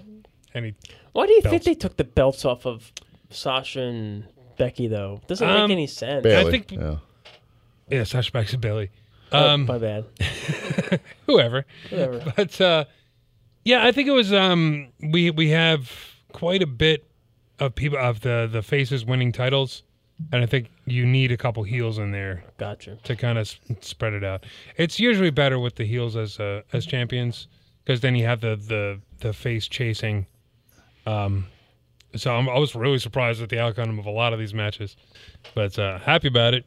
any. Why do you think Belts. they took the belts off of Sasha and Becky though? Doesn't Um, make any sense. Bailey. think- yeah. Yeah, Sasha Banks and Bailey, Oh, Um, my bad. whoever. Whatever. But uh, yeah, I think it was. Um, we we have quite a bit of people of the the faces winning titles, and I think you need a couple heels in there Gotcha. to kind of spread it out. It's usually better with the heels as uh, as champions because then you have the the the face chasing. Um, so I'm, I was really surprised at the outcome of a lot of these matches, but uh, happy about it.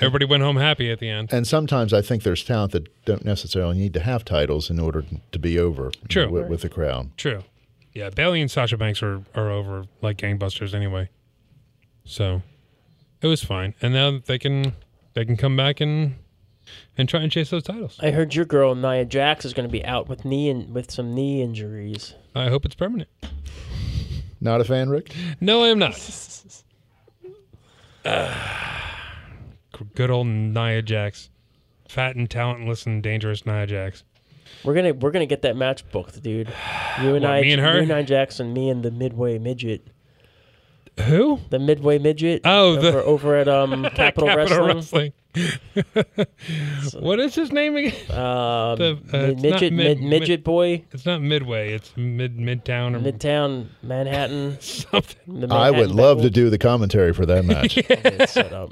Everybody went home happy at the end. And sometimes I think there's talent that don't necessarily need to have titles in order to be over True. with, with the crowd. True. Yeah, Bailey and Sasha Banks are, are over like gangbusters anyway. So it was fine. And now they can they can come back and and try and chase those titles. I heard your girl Nia Jax is going to be out with knee and with some knee injuries. I hope it's permanent. Not a fan, Rick? No, I am not. Ah, good old Nia Jax. Fat and talentless and dangerous Nia Jax. We're gonna we're gonna get that match booked, dude. You and What, I, me and her? you and I Jackson, me and the midway midget, Who? the midway midget. Oh, the- over, over at um Capital, Capital Wrestling. Wrestling. what is his name again? Um, The- uh, it's mid- not midget, mid- mid, midget boy, It's not Midway. It's Mid Midtown or Midtown Manhattan. something. the I would Manhattan love to Battle. do the commentary for that match. It's set up.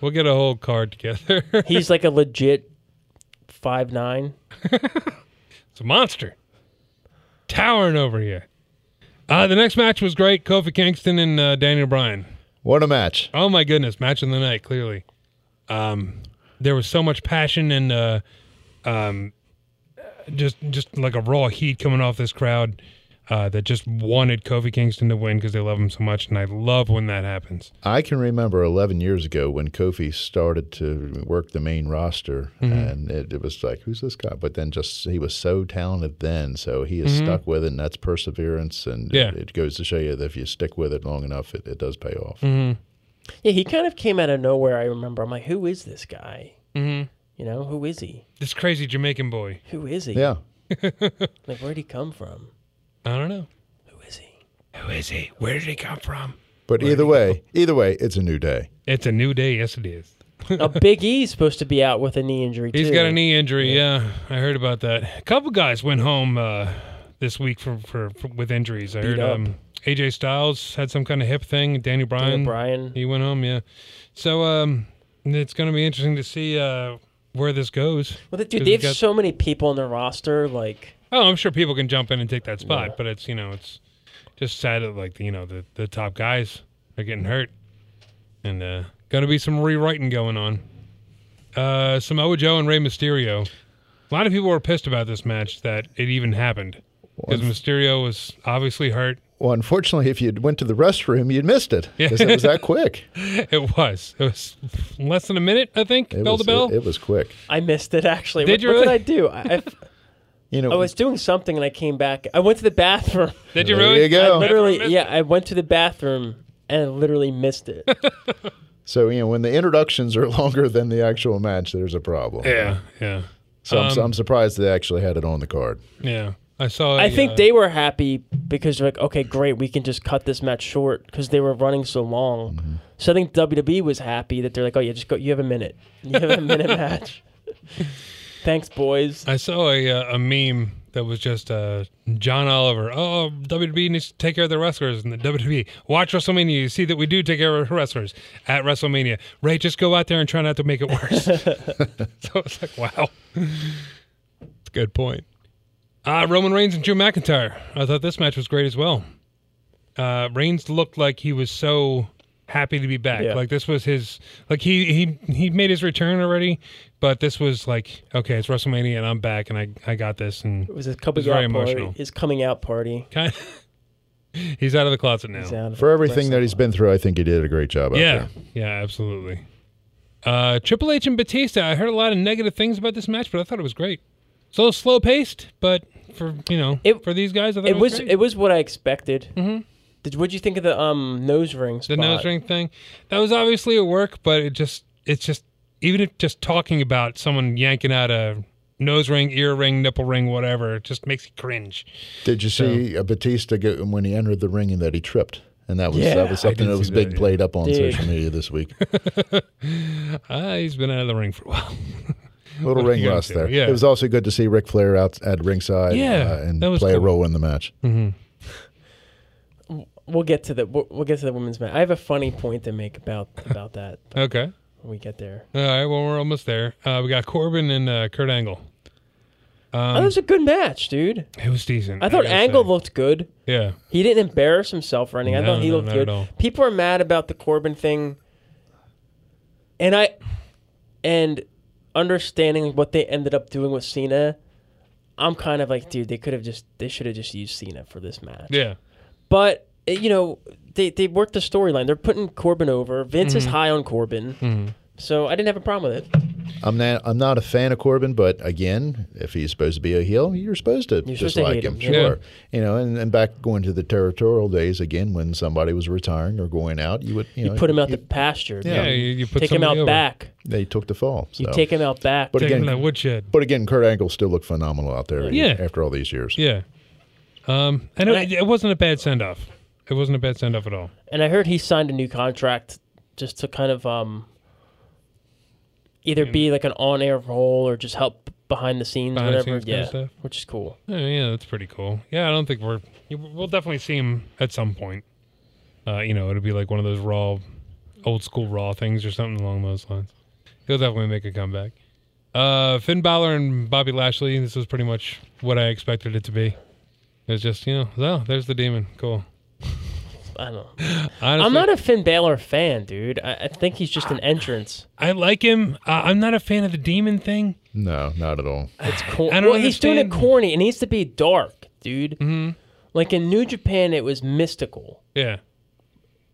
We'll get a whole card together. He's like a legit five nine. it's a monster. Towering over here. Uh, the next match was great. Kofi Kingston and uh, Daniel Bryan. what a match. Oh my goodness, match of the night, clearly. Um, there was so much passion and uh, um, just just like a raw heat coming off this crowd uh, that just wanted Kofi Kingston to win because they love him so much, and I love when that happens. I can remember 11 years ago when Kofi started to work the main roster, Mm-hmm. and it, it was like, who's this guy? But then just he was so talented then, so he is stuck with it, and that's perseverance. And Mm-hmm. Yeah. it, it goes to show you that if you stick with it long enough, it, it does pay off. Mm-hmm. Yeah, he kind of came out of nowhere. I remember. I'm like, who is this guy? Mm-hmm. You know, who is he? This crazy Jamaican boy. Who is he? Yeah. Like, where'd he come from? I don't know. Who is he? Who is he? Where did he come from? But either way, either way, it's a new day. It's a new day. Yes, it is. A Big E's supposed to be out with a knee injury. He's too. got a knee injury. Yeah. I heard about that. A couple guys went home uh, this week for, for, for with injuries. I heard up. um, AJ Styles had some kind of hip thing. Danny Bryan. Bryan. He went home. Yeah. So um, it's going to be interesting to see uh, where this goes. Well, th- 'Cause dude, we they have got- so many people on their roster. Like, Oh, I'm sure people can jump in and take that spot, but it's you know it's just sad that like you know the the top guys are getting hurt, and uh, gonna be some rewriting going on. Uh, Samoa Joe and Rey Mysterio. A lot of people were pissed about this match that it even happened because Mysterio was obviously hurt. Well, unfortunately, if you went to the restroom, you'd missed it because it was that quick. It was it was less than a minute, I think, It bell was, to bell. It, it was quick. I missed it actually. Did what, you what really? did I do? I, I f- You know, Oh, I was doing something and I came back. I went to the bathroom. Did you There really? you go. I literally, missed yeah, it. I went to the bathroom and I literally missed it. so you know when the introductions are longer than the actual match, there's a problem. Yeah, yeah, So I'm, Um, I'm surprised they actually had it on the card. yeah. I saw. I a, think uh, they were happy because they're like, okay, great, we can just cut this match short because they were running so long. Mm-hmm. So I think WWE was happy that they're like, oh yeah, just go. You have a minute. You have a minute match. Thanks, boys. I saw a uh, a meme that was just uh, John Oliver. Oh, WWE needs to take care of the wrestlers, and the WWE watch WrestleMania. You see that we do take care of wrestlers at WrestleMania. Ray, just go out there and try not to make it worse. so it's like, wow, it's a good point. Uh, Roman Reigns and Drew McIntyre. I thought this match was great as well. Uh, Reigns looked like he was so happy to be back. Yeah. Like this was his like he he he made his return already, but this was like okay, it's WrestleMania and I'm back and I I got this and It was his coming It was very out emotional. party. His coming out party. kind he's out of the closet now. Sound For everything that he's been through, I think he did a great job out yeah, there. yeah, absolutely. Uh, Triple H and Batista. I heard a lot of negative things about this match, but I thought it was great. It's a little slow paced, but for you know It- for these guys, I thought it, It was great. it was what I expected. Mm-hmm. Did what would you think of the um nose ring the spot? nose ring thing that was obviously a work but it just it's just even if just talking about someone yanking out a nose ring ear ring nipple ring whatever it just makes you cringe Did you see uh, Batista go, when he entered the ring and that he tripped? And that was Yeah. that was something that was see big that, yeah. played up on Dude. social media this week. ah he's been out of the ring for a while Little ring you gonna rust do? there. Yeah. It was also good to see Ric Flair out at ringside Yeah, uh, and that was play a cool. Hmm. role in the match. We'll get to the we'll, we'll get to the women's match. I have a funny point to make about about that okay when we get there. all right well we're almost there uh, we got corbin and uh, kurt angle oh, that was a good match, dude. it was decent I thought Um, gotta Angle say. looked good. yeah He didn't embarrass himself or anything. I No, thought he no, looked not good. at all. People are mad about the Corbin thing, and I and understanding what they ended up doing with Cena, I'm kind of like, dude, they could have just they should have just used Cena for this match. Yeah. But eh, you know, they they worked the storyline. They're putting Corbin over. Vince is Mm-hmm. high on Corbin, so I didn't have a problem with it. I'm not, I'm not a fan of Corbin, but again, if he's supposed to be a heel, you're supposed to You're supposed to dislike hate him, him, yeah. sure. You know, and, and back going to the territorial days again, when somebody was retiring or going out, you would you, know, Put him out you- the pasture. Yeah. you, you put take him out somebody over. back. They took the fall. You so. take him out back. But Take him again, to that woodshed. but again, Kurt Angle still looked phenomenal out there. Yeah. after all these years. Yeah. Um, and it, And I- it wasn't a bad send off. It wasn't a bad send off at all. And I heard he signed a new contract just to kind of um, either be like an on-air role or just help behind the scenes, Mm. Behind the whatever. scenes kind yeah, of stuff. which is cool. Oh, yeah, that's pretty cool. Yeah, I don't think we're you- we'll definitely see him at some point. Uh, you know, it'll be like one of those raw, old school raw things or something along those lines. He'll definitely make a comeback. Uh, Finn Balor and Bobby Lashley. This was pretty much what I expected it to be. It's just you know, oh, there's the demon. Cool. I don't know. Honestly, I'm not a Finn Balor fan, dude. I, I think he's just an entrance. I like him. I, I'm not a fan of the demon thing. No, not at all. It's cool. I don't well, he's doing it understand. corny. It needs to be dark, dude. Mm-hmm. Like in New Japan, it was mystical. Yeah.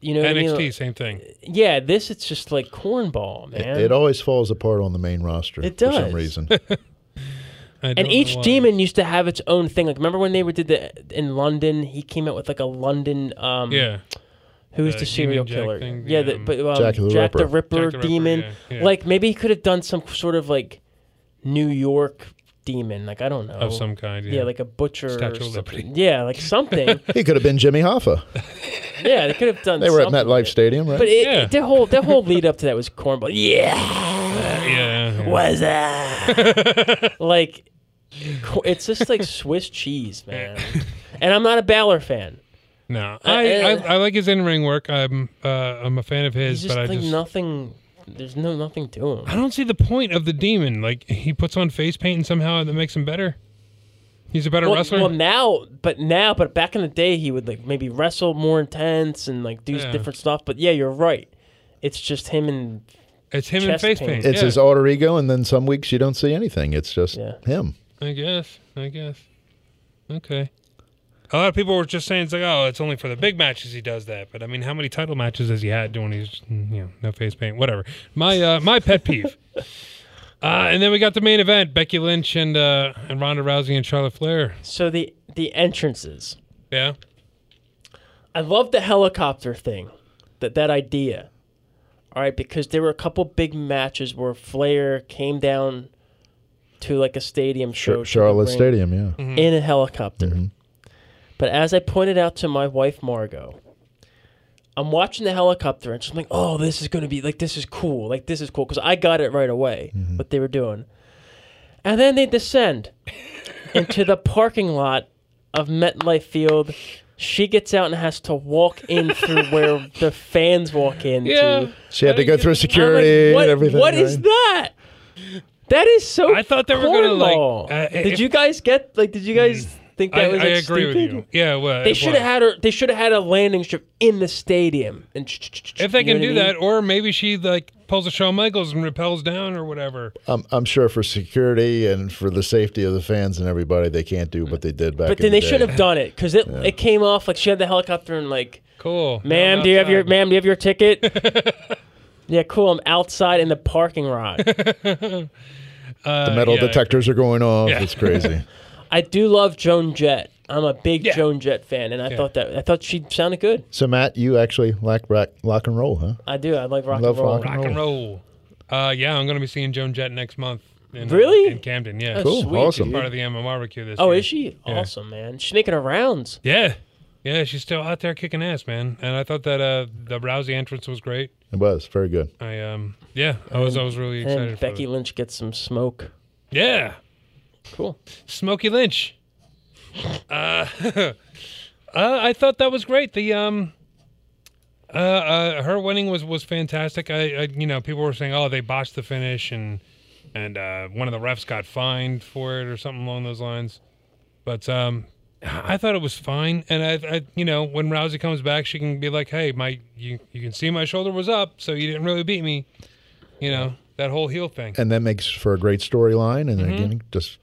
You know, what I mean? NXT, same thing. yeah. This it's just like cornball, man. It always falls apart on the main roster. It for does. some reason. I don't And know each why. demon used to have its own thing. Like, remember when they were- did the in London? He came out with like a London. Um, Yeah. Who's the the, serial demon Jack killer? thing, yeah, the, the, um, but um, Jack the Ripper. Jack the Ripper, demon. yeah, yeah. Like maybe he could have done some sort of like New York demon. Like I don't know. Of some kind. Yeah. Oh. Yeah, like a butcher. Statue or of something. Liberty. Yeah, like something. he could have been Jimmy Hoffa. yeah, they could have done. They were at something MetLife with it. Stadium, right? But it, Yeah. it- the whole the whole lead up to that was cornball. Yeah, yeah, yeah. was that like? co- It's just like Swiss cheese, man. And I'm not a Balor fan. No, I- I, I, I- I like his in ring work. I'm uh, I'm a fan of his, uh, He's just but I like just nothing. There's no nothing to him. I don't see the point of the demon. Like he puts on face paint and somehow that makes him better. He's a better well, wrestler. well, now, but now, but back in the day, he would like maybe wrestle more intense and like do Yeah. different stuff. But yeah, you're right. It's just him and it's him in chest face paint. paint. it's yeah, his alter ego, and then some weeks you don't see anything. It's just Yeah. him. I guess. I guess. Okay. A lot of people were just saying it's like, oh, it's only for the big matches he does that. But I mean, how many title matches has he had doing his, you know, no face paint, whatever. My uh, my pet peeve. Uh, and then we got the main event: Becky Lynch and uh, and Ronda Rousey and Charlotte Flair. so the the entrances. Yeah. I love the helicopter thing, that that idea. All right, because there were a couple big matches where Flair came down to like a stadium show, to Char- the ring Charlotte Mm. Stadium, yeah. in a helicopter. But as I pointed out to my wife Margot, I'm watching the helicopter and she's like, "Oh, this is going to be like this is cool, like this is cool," because I got it right away what they were doing. And then they descend into the parking lot of MetLife Field. She gets out and has to walk in through where the fans walk into. Yeah. She had to go through I'm like, security what, and everything. what is right? that? That is so. I thought they were gonna, like, cornball. uh, did if- Mm. you guys get like? Did you guys think that I, was? I like, agree stupid? with you. Yeah, well, They it should was. have had her. They should have had a landing strip in the stadium. And ch- ch- ch- If they you know can what I do mean? that, or maybe she like pulls a Shawn Michaels and repels down or whatever. I'm, I'm sure for security and for the safety of the fans and everybody, they can't do what they did back. but in then the they should day. have done it because it it came off like she had the helicopter and like, Cool, Now ma'am, I'm do you have your outside. ma'am, do you have your ticket? yeah, cool. I'm outside in the parking lot. Uh, The metal yeah, I detectors are going off. It's crazy. I do love Joan Jett. I'm a big Yeah. Joan Jett fan, and I thought that I thought she sounded good. so Matt, you actually like rock, lock and roll, huh? I do. I like rock Love and roll. rock and rock and roll? Uh, yeah, I'm gonna be seeing Joan Jett next month. In, uh, Really? in Camden? Yeah, Oh, Cool, sweet, awesome. dude. part of the MMR barbecue this. Oh, year. is she awesome, man? She's making her rounds. Yeah, yeah, she's still out there kicking ass, man. And I thought that uh, the Rousey entrance was great. It was very good. I um, yeah, I was I was really excited. And for Becky it. Lynch gets some smoke. Yeah, Cool. Smokey Lynch. Uh, uh, I thought that was great. The um, uh, uh, her winning was was fantastic. I, I you know people were saying oh they botched the finish and and uh, one of the refs got fined for it or something along those lines, but um. I thought it was fine, and I, I, you know, when Rousey comes back, she can be like, "Hey, my, you, you can see my shoulder was up, so you didn't really beat me," you know. that whole heel thing. and that makes for a great storyline. And again, it just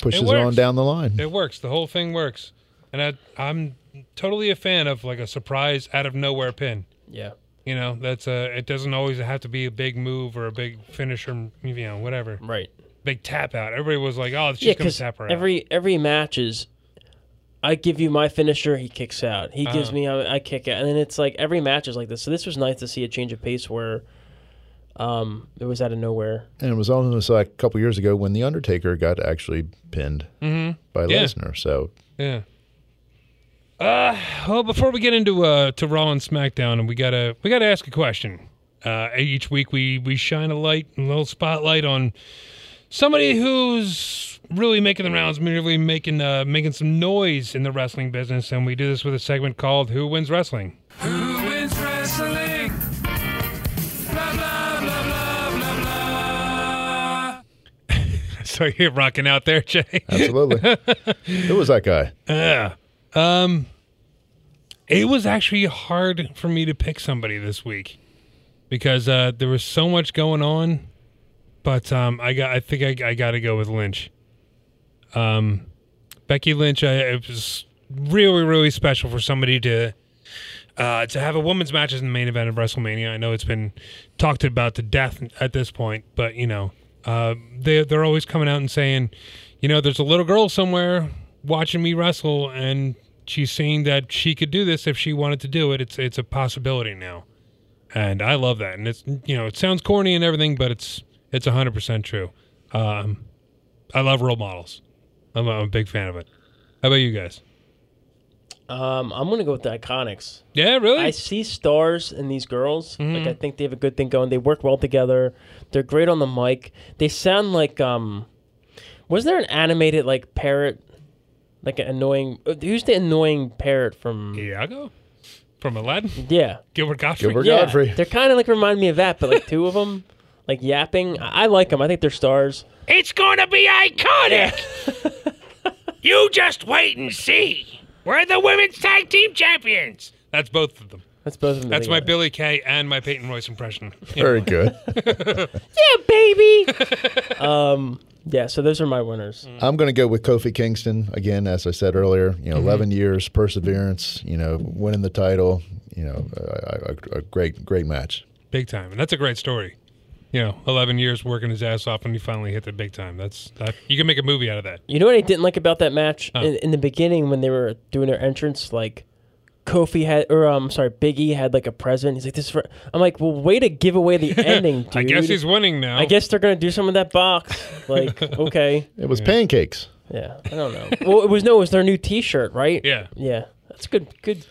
pushes It it on works. down the line. It works. The whole thing works. And I, I'm totally a fan of like a surprise out of nowhere pin. Yeah. You know, that's a. It doesn't always have to be a big move or a big finisher. You know, whatever. Right. Big tap out. Everybody was like, "Oh, she's yeah, gonna because tap her out." every every match is, I give you my finisher, he kicks out. He Uh-huh. gives me, I, I kick out, and then it's like every match is like this. So this was nice to see a change of pace where, um, it was out of nowhere. And it was almost like a couple years ago when The Undertaker got actually pinned by Yeah. Lesnar. So Yeah. Uh, well, before we get into uh to Raw and SmackDown, and we gotta we gotta ask a question. Uh, each week we we shine a light, a little spotlight on somebody who's really making the rounds, really making uh making some noise in the wrestling business, and we do this with a segment called "Who Wins Wrestling." Who wins wrestling? Blah, blah, blah, blah, blah, blah. So you're rocking out there, Jay. absolutely, who was that guy? It was actually hard for me to pick somebody this week because uh, there was so much going on. But um, I got, I think I, I got to go with Lynch. Um, Becky Lynch, I, it was really, really special for somebody to uh, to have a women's match as the main event of WrestleMania. I know it's been talked about to death at this point, but you know, uh, they they're always coming out and saying, you know, there's a little girl somewhere watching me wrestle, and she's saying that she could do this if she wanted to do it. It's it's a possibility now, and I love that. And it's you know, it sounds corny and everything, but it's it's hundred percent true. Um, I love role models. I'm a, I'm a big fan of it. How about you guys? Um, I'm gonna go with the Iconics. Yeah, really? I see stars in these girls. Mm-hmm. Like I think they have a good thing going. They work well together. They're great on the mic. They sound like um, was there an animated like parrot, like an annoying? uh, Who's the annoying parrot from? Yeah, Iago from Aladdin. Gilbert Gottfried. Gilbert Yeah. Godfrey. They're kind of like remind me of that, but like two of them, like yapping. I, I like them. I think they're stars. It's gonna be iconic. you just wait and see. We're the women's tag team champions. That's both of them. That's both of them. That's my together. Billy Kay and my Peyton Royce impression. Very good. yeah, baby. um, yeah. So those are my Mm. winners. I'm going to go with Kofi Kingston again, as I said earlier. You know, 11 years perseverance. You know, winning the title. You know, a, a, a great, great match. big time, and that's a great story. You know, eleven years working his ass off, and he finally hit the big time. That's that, you can make a movie out of that. You know what I didn't like about that match in, in the beginning when they were doing their entrance, like Kofi had, or I'm um, sorry, Biggie had like a present. He's like, "This is for." I'm like, "Well, way to give away the ending, dude." I guess he's winning now. I guess they're gonna do some of that box. Like, okay, It was pancakes. yeah, I don't know. Well, it was no, it was their new T-shirt, right? Yeah. yeah. That's good, good,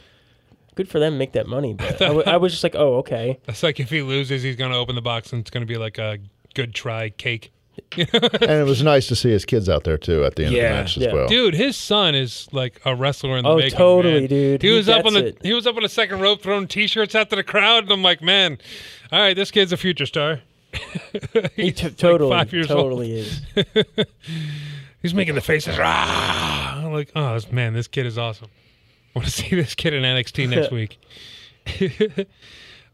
good for them. to Make that money, but I, w- I was just like, oh, okay. It's like if he loses, he's gonna open the box, and it's gonna be like a good try cake. and it was nice to see his kids out there too at the end of Yeah. the match as Yeah. well. Dude, his son is like a wrestler in the Oh, making. totally, man. dude. He, He was up on gets the it. he was up on the second rope throwing t-shirts out to the crowd, and I'm like, man, all right, this kid's a future star. He t- totally, five years old. totally is. He's making the faces. "Rah!" I'm like, oh this- man, this kid is awesome. I want to see this kid in NXT next week.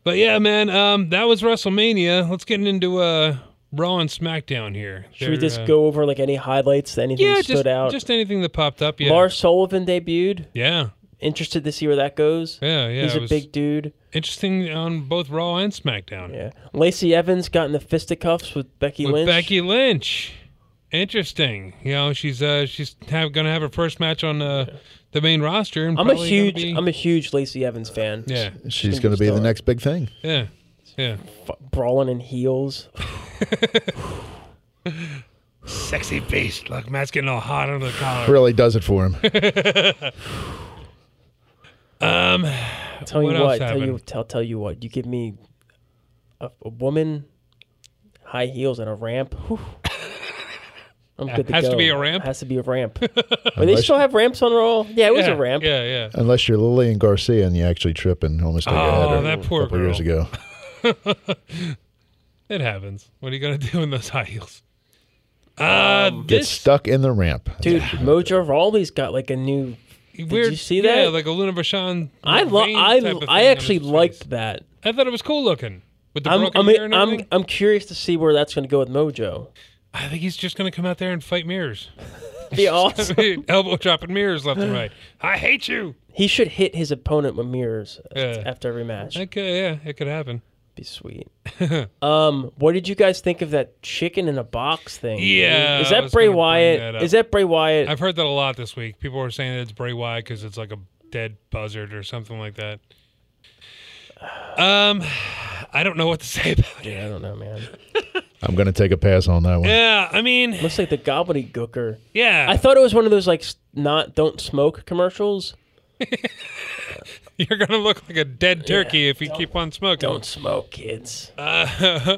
but yeah, man, um, that was WrestleMania. Let's get into uh, Raw and SmackDown here. Should we They're, just uh, go over like any highlights, anything Yeah, that stood just, out? just anything that popped up. Yeah, Lars Sullivan debuted. yeah, Interested to see where that goes. yeah, yeah. He's it a was big dude. interesting on both Raw and SmackDown. Yeah. Lacey Evans got in the fisticuffs with Becky with Lynch. Becky Lynch. Interesting. You know, she's uh she's have, gonna have her first match on uh, the main roster. And I'm a probably gonna huge be- I'm a huge Lacey Evans fan. yeah, She's going to be the next big thing. yeah, yeah. F- brawling in heels. Sexy beast. Look, Matt's getting all hot under the collar. Really does it for him. Tell you What what, else tell you happened? tell tell you what, you give me a, a woman, high heels and a ramp. whew. I'm good to Has to go. be a ramp? Has to be a ramp. But they still have ramps on roll. Yeah, it was yeah, a ramp. Yeah, yeah. Unless you're Lillian Garcia and you actually trip and almost take a Oh, header that poor a couple years girl. ago. It happens. What are you gonna do in those high heels? Um, Uh, Get this stuck in the ramp. Dude, Mojo Rawley's got like a new. weird. you see Yeah, that? like a Luna Vachon. I lo- vein I type of thing I on actually his face. liked that. I thought it was cool looking. with the I'm, broken I'm, mirror and I'm, everything? I'm curious to see where that's going to go with Mojo. I think he's just going to come out there and fight mirrors. Be awesome. Elbow dropping mirrors left and right. I hate you. he should hit his opponent with mirrors Yeah. after every match. Okay, yeah, it could happen. be sweet. um, what did you guys think of that chicken in a box thing? Yeah, is I that was Bray gonna bring Wyatt? that up. Is that Bray Wyatt? I've heard that a lot this week. People were saying that it's Bray Wyatt because it's like a dead buzzard or something like that. Um, I don't know what to say about it. I don't know, man. I'm going to take a pass on that one. Yeah, I mean, Looks like the gobbledygooker. yeah, I thought it was one of those like s- not don't smoke commercials. you're gonna look like a dead turkey if you keep on smoking. Don't smoke, kids. Um,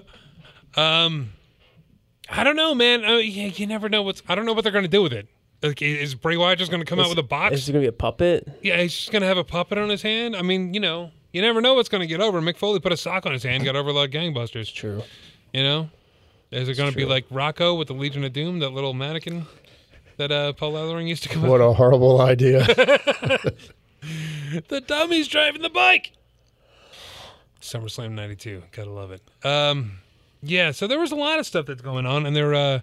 I don't know, man. Oh, yeah, you never know what's. I don't know what they're gonna do with it. Like, i- is Bray Wyatt just gonna come out with a box? Is it gonna be a puppet? Yeah, he's just gonna have a puppet on his hand. I mean, you know, you never know what's gonna get over. Mick Foley put a sock on his hand, got over like gangbusters. True. You know, is it gonna be like Rocco with the Legion of Doom, that little mannequin that uh, Paul Ellering used to come What up? a horrible idea. The dummy's driving the bike. SummerSlam '92, gotta love it. Um, yeah, so there was a lot of stuff that's going on, and they're uh,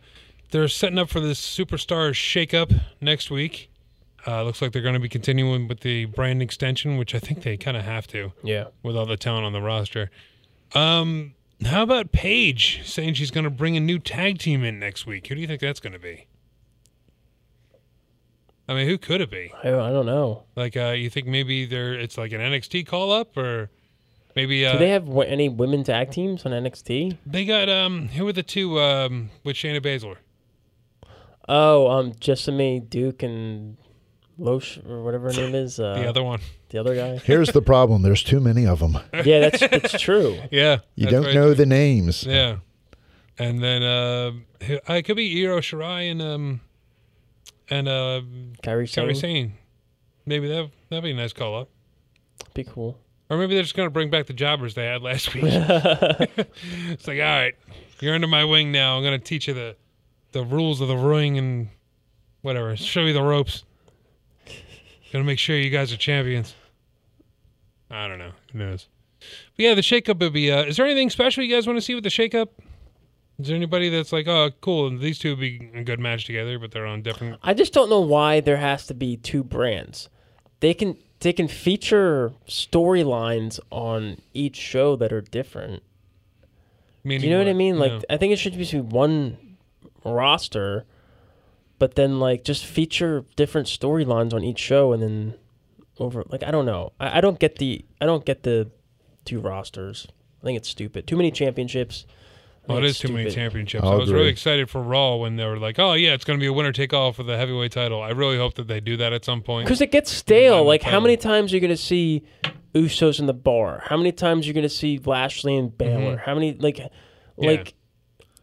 they're setting up for this superstar shakeup next week. Uh, looks like they're going to be continuing with the brand extension, which I think they kind of have to. Yeah. with all the talent on the roster. Um, how about Paige saying she's going to bring a new tag team in next week? Who do you think that's going to be? I mean, who could it be? I, I don't know. Like, uh, you think maybe they're it's like an NXT call up, or maybe uh, Do they have w- any women tag teams on NXT? they got um, who are the two um with Shayna Baszler? Oh, um, Jessamy Duke and Loesch or whatever her name is. Uh, The other one, the other guy. Here's the problem there's too many of them. Yeah, that's it's true. yeah, You that's don't right. know the names. yeah. And then uh, who- uh, it could be Io Shirai and um, and uh, Kyrie Sane. Kairi Sane. Maybe that that'd be a nice call up. Be cool. Or maybe they're just going to bring back the jobbers they had last week. it's like, all right, you're under my wing now. I'm going to teach you the the rules of the ring and whatever. Show you the ropes. Going to make sure you guys are champions. I don't know. Who knows? But yeah, the shakeup would be. Uh, is there anything special you guys want to see with the shakeup? Is there anybody that's like, oh, cool, and these two would be a good match together, but they're on different. I just don't know why there has to be two brands. They can they can feature storylines on each show that are different. Do you know what I mean? Like I think it should just be one roster, but then like just feature different storylines on each show and then over like I don't know. I, I don't get the I don't get the two rosters. I think it's stupid. Too many championships. I Well, Oh, it think is it's too many stupid. championships. I'll I was agree. really excited for Raw when they were like, "Oh yeah, it's going to be a winner take all for the heavyweight title." I really hope that they do that at some point. Because it gets stale. I'm Like, how tired. many times are you going to see Usos in the bar? How many times are you going to see Lashley Mm-hmm. and Baylor? How many, like, like,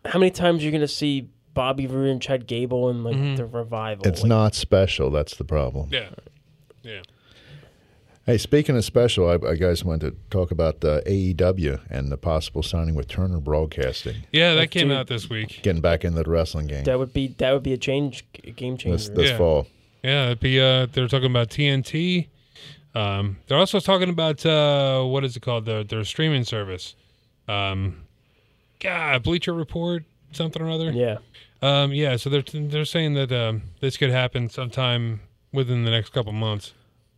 how many times are you going to see Bobby Roode and Chad Gable and, like, Mm-hmm. the revival? It's Like, not special. That's the problem. Yeah, yeah. Hey, speaking of special, I, I guys wanted to talk about uh, AEW and the possible signing with Turner Broadcasting, Yeah, that came dude- out this week. getting back into the wrestling game That would be that would be a change, a game this, changer. this Yeah. fall. Yeah, it'd be uh, they're talking about TNT. Um, they're also talking about uh, what is it called? Their their streaming service. Um, God, Bleacher Report, something or other. yeah, Um, yeah. So they're they're saying that um, this could happen sometime within the next couple months.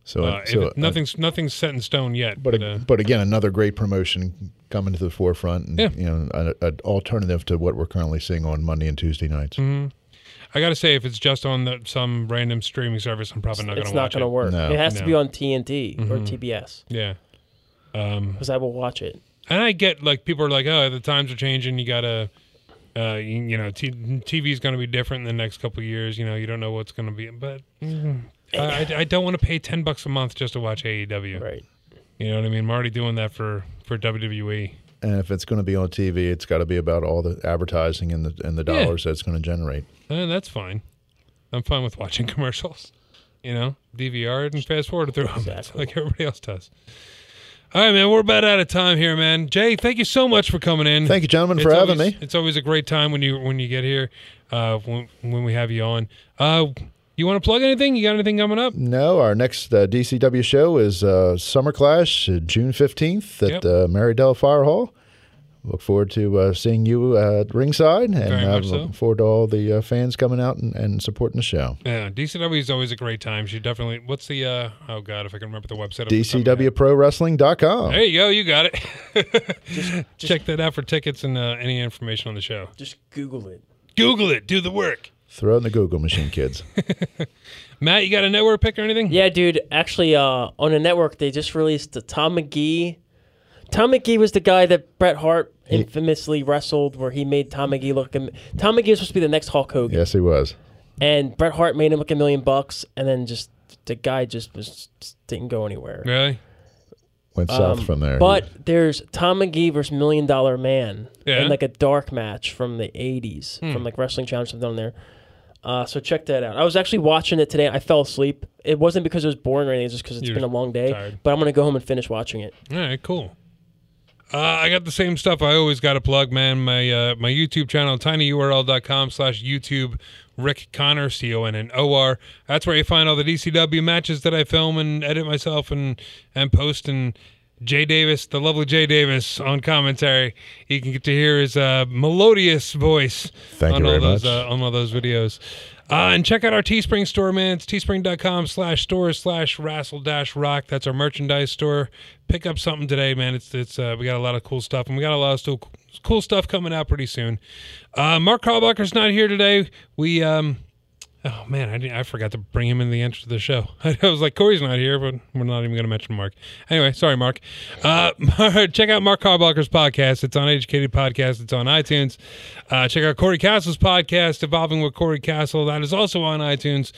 So, Uh, if so it- nothing's nothing's set in stone yet. But, uh, but again, another great promotion coming to the forefront, and Yeah. you know, an, an alternative to what we're currently seeing on Monday and Tuesday nights. Mm-hmm. I gotta say, if it's just on the, some random streaming service, I'm probably not gonna it's watch not going to it. work. No. it has to No. Mm-hmm. be on TNT or TBS Yeah, because I will watch it. and I get like people are like, oh, the times are changing. You gotta, uh, you, you know, t- TV's gonna be different in the next couple of years. You know, you don't know what's gonna be, but Mm-hmm. mm, I, I- I don't want to pay ten bucks a month just to watch AEW. Right. You know what I mean? I'm already doing that for for E. WWE. And if it's going to be on TV, it's got to be about all the advertising and the and the Yeah. dollars that's going to generate. Eh, that's fine. I'm fine with watching commercials. You know, DVR and fast forward through them Exactly. like everybody else does. All right, man, we're about out of time here, man. Jay, thank you so much for coming in. Thank you, gentlemen, It's for having always- me. It's always a great time when you when you get here, uh, when, when we have you on. Uh, you want to plug anything? You got anything coming up? No, our next uh, DCW show is uh, Summer Clash, uh, June 15th at Yep. uh, Marydale Fire Hall. look forward to uh, seeing you uh, at ringside, and Very uh, much so. looking forward to all the uh, fans coming out and, and supporting the show. Yeah, DCW is always a great time. She definitely. What's the? uh Oh God, if I can remember the website. off the top of my head. DCWProWrestling.com. There you go. You got it. Check that out for tickets and uh, any information on the show. Just Google it. Google it. Do the work. Throw it in the Google machine, kids. Matt, you got a nowhere pick or anything? Yeah, dude. Actually, uh, on the network, they just released the Tom McGee. Tom McGee was the guy that Bret Hart infamously wrestled, where he made Tom McGee look. A, Tom McGee was supposed to be the next Hulk Hogan, yes, he was. and Bret Hart made him look a million bucks, and then just the guy just was just didn't go anywhere. Really? Went Um, south from there. But there's Tom McGee versus Million Dollar Man Yeah. Hmm. in like a dark match from the '80s, from like Wrestling Challenge something on there. Uh, so check that out. I was actually watching it today. and I fell asleep. It wasn't because it was boring or anything. It's just because it's You're been a long day. tired. But I'm gonna go home and finish watching it. All right, cool. Uh, I got the same stuff I always got to plug, man. My uh, my YouTube channel, tinyurl.com slash YouTube, Rick Connor, C O N N O R. That's where you find all the DCW matches that I film and edit myself and, and post. And Jay Davis, the lovely Jay Davis, on commentary. You can get to hear his uh, melodious voice Thank on you all very those much. Uh, on all those videos. Uh, and check out our Teespring store, man. It's teespring.com slash store slash rassle dash rock. That's our merchandise store. Pick up something today, man. It's it's uh, we got a lot of cool stuff, and we got a lot of still cool stuff coming out pretty soon. Uh, Mark Carlbacher's not here today. We um, oh man, I didn't, I forgot to bring him in the entrance of the show. I was like, Corey's not here, but we're not even going to mention Mark. Anyway, sorry, Mark. Uh, check out Mark Carblocker's podcast. It's on Educated Podcast. It's on iTunes. Uh, check out Corey Castle's podcast, Evolving with Corey Castle. That is also on iTunes.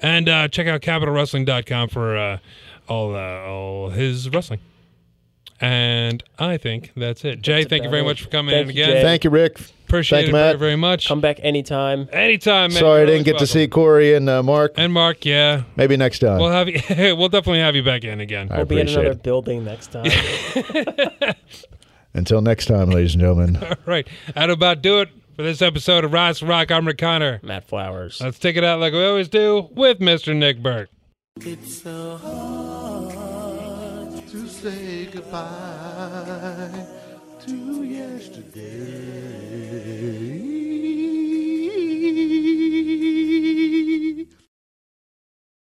And uh, check out CapitalWrestling.com for uh, all uh, all his wrestling. And I think that's it. Jay, thank you about very it. much for coming Thank in you, again. Jay. Thank you, Rick. Appreciate it Thank you, very, Matt. very much. Come back anytime. Anytime, man. Sorry I You're didn't always get welcome. to see Corey and uh, Mark. And Mark, yeah. Maybe next time. We'll have you. we'll definitely have you back in again. I We'll be in appreciate another it. building next time. Until next time, ladies and gentlemen. Right. That'll about do it for this episode of Ross Rock. I'm Rick Connor. Matt Flowers. Let's take it out like we always do with Mr. Nick Burke. to say goodbye to yesterday.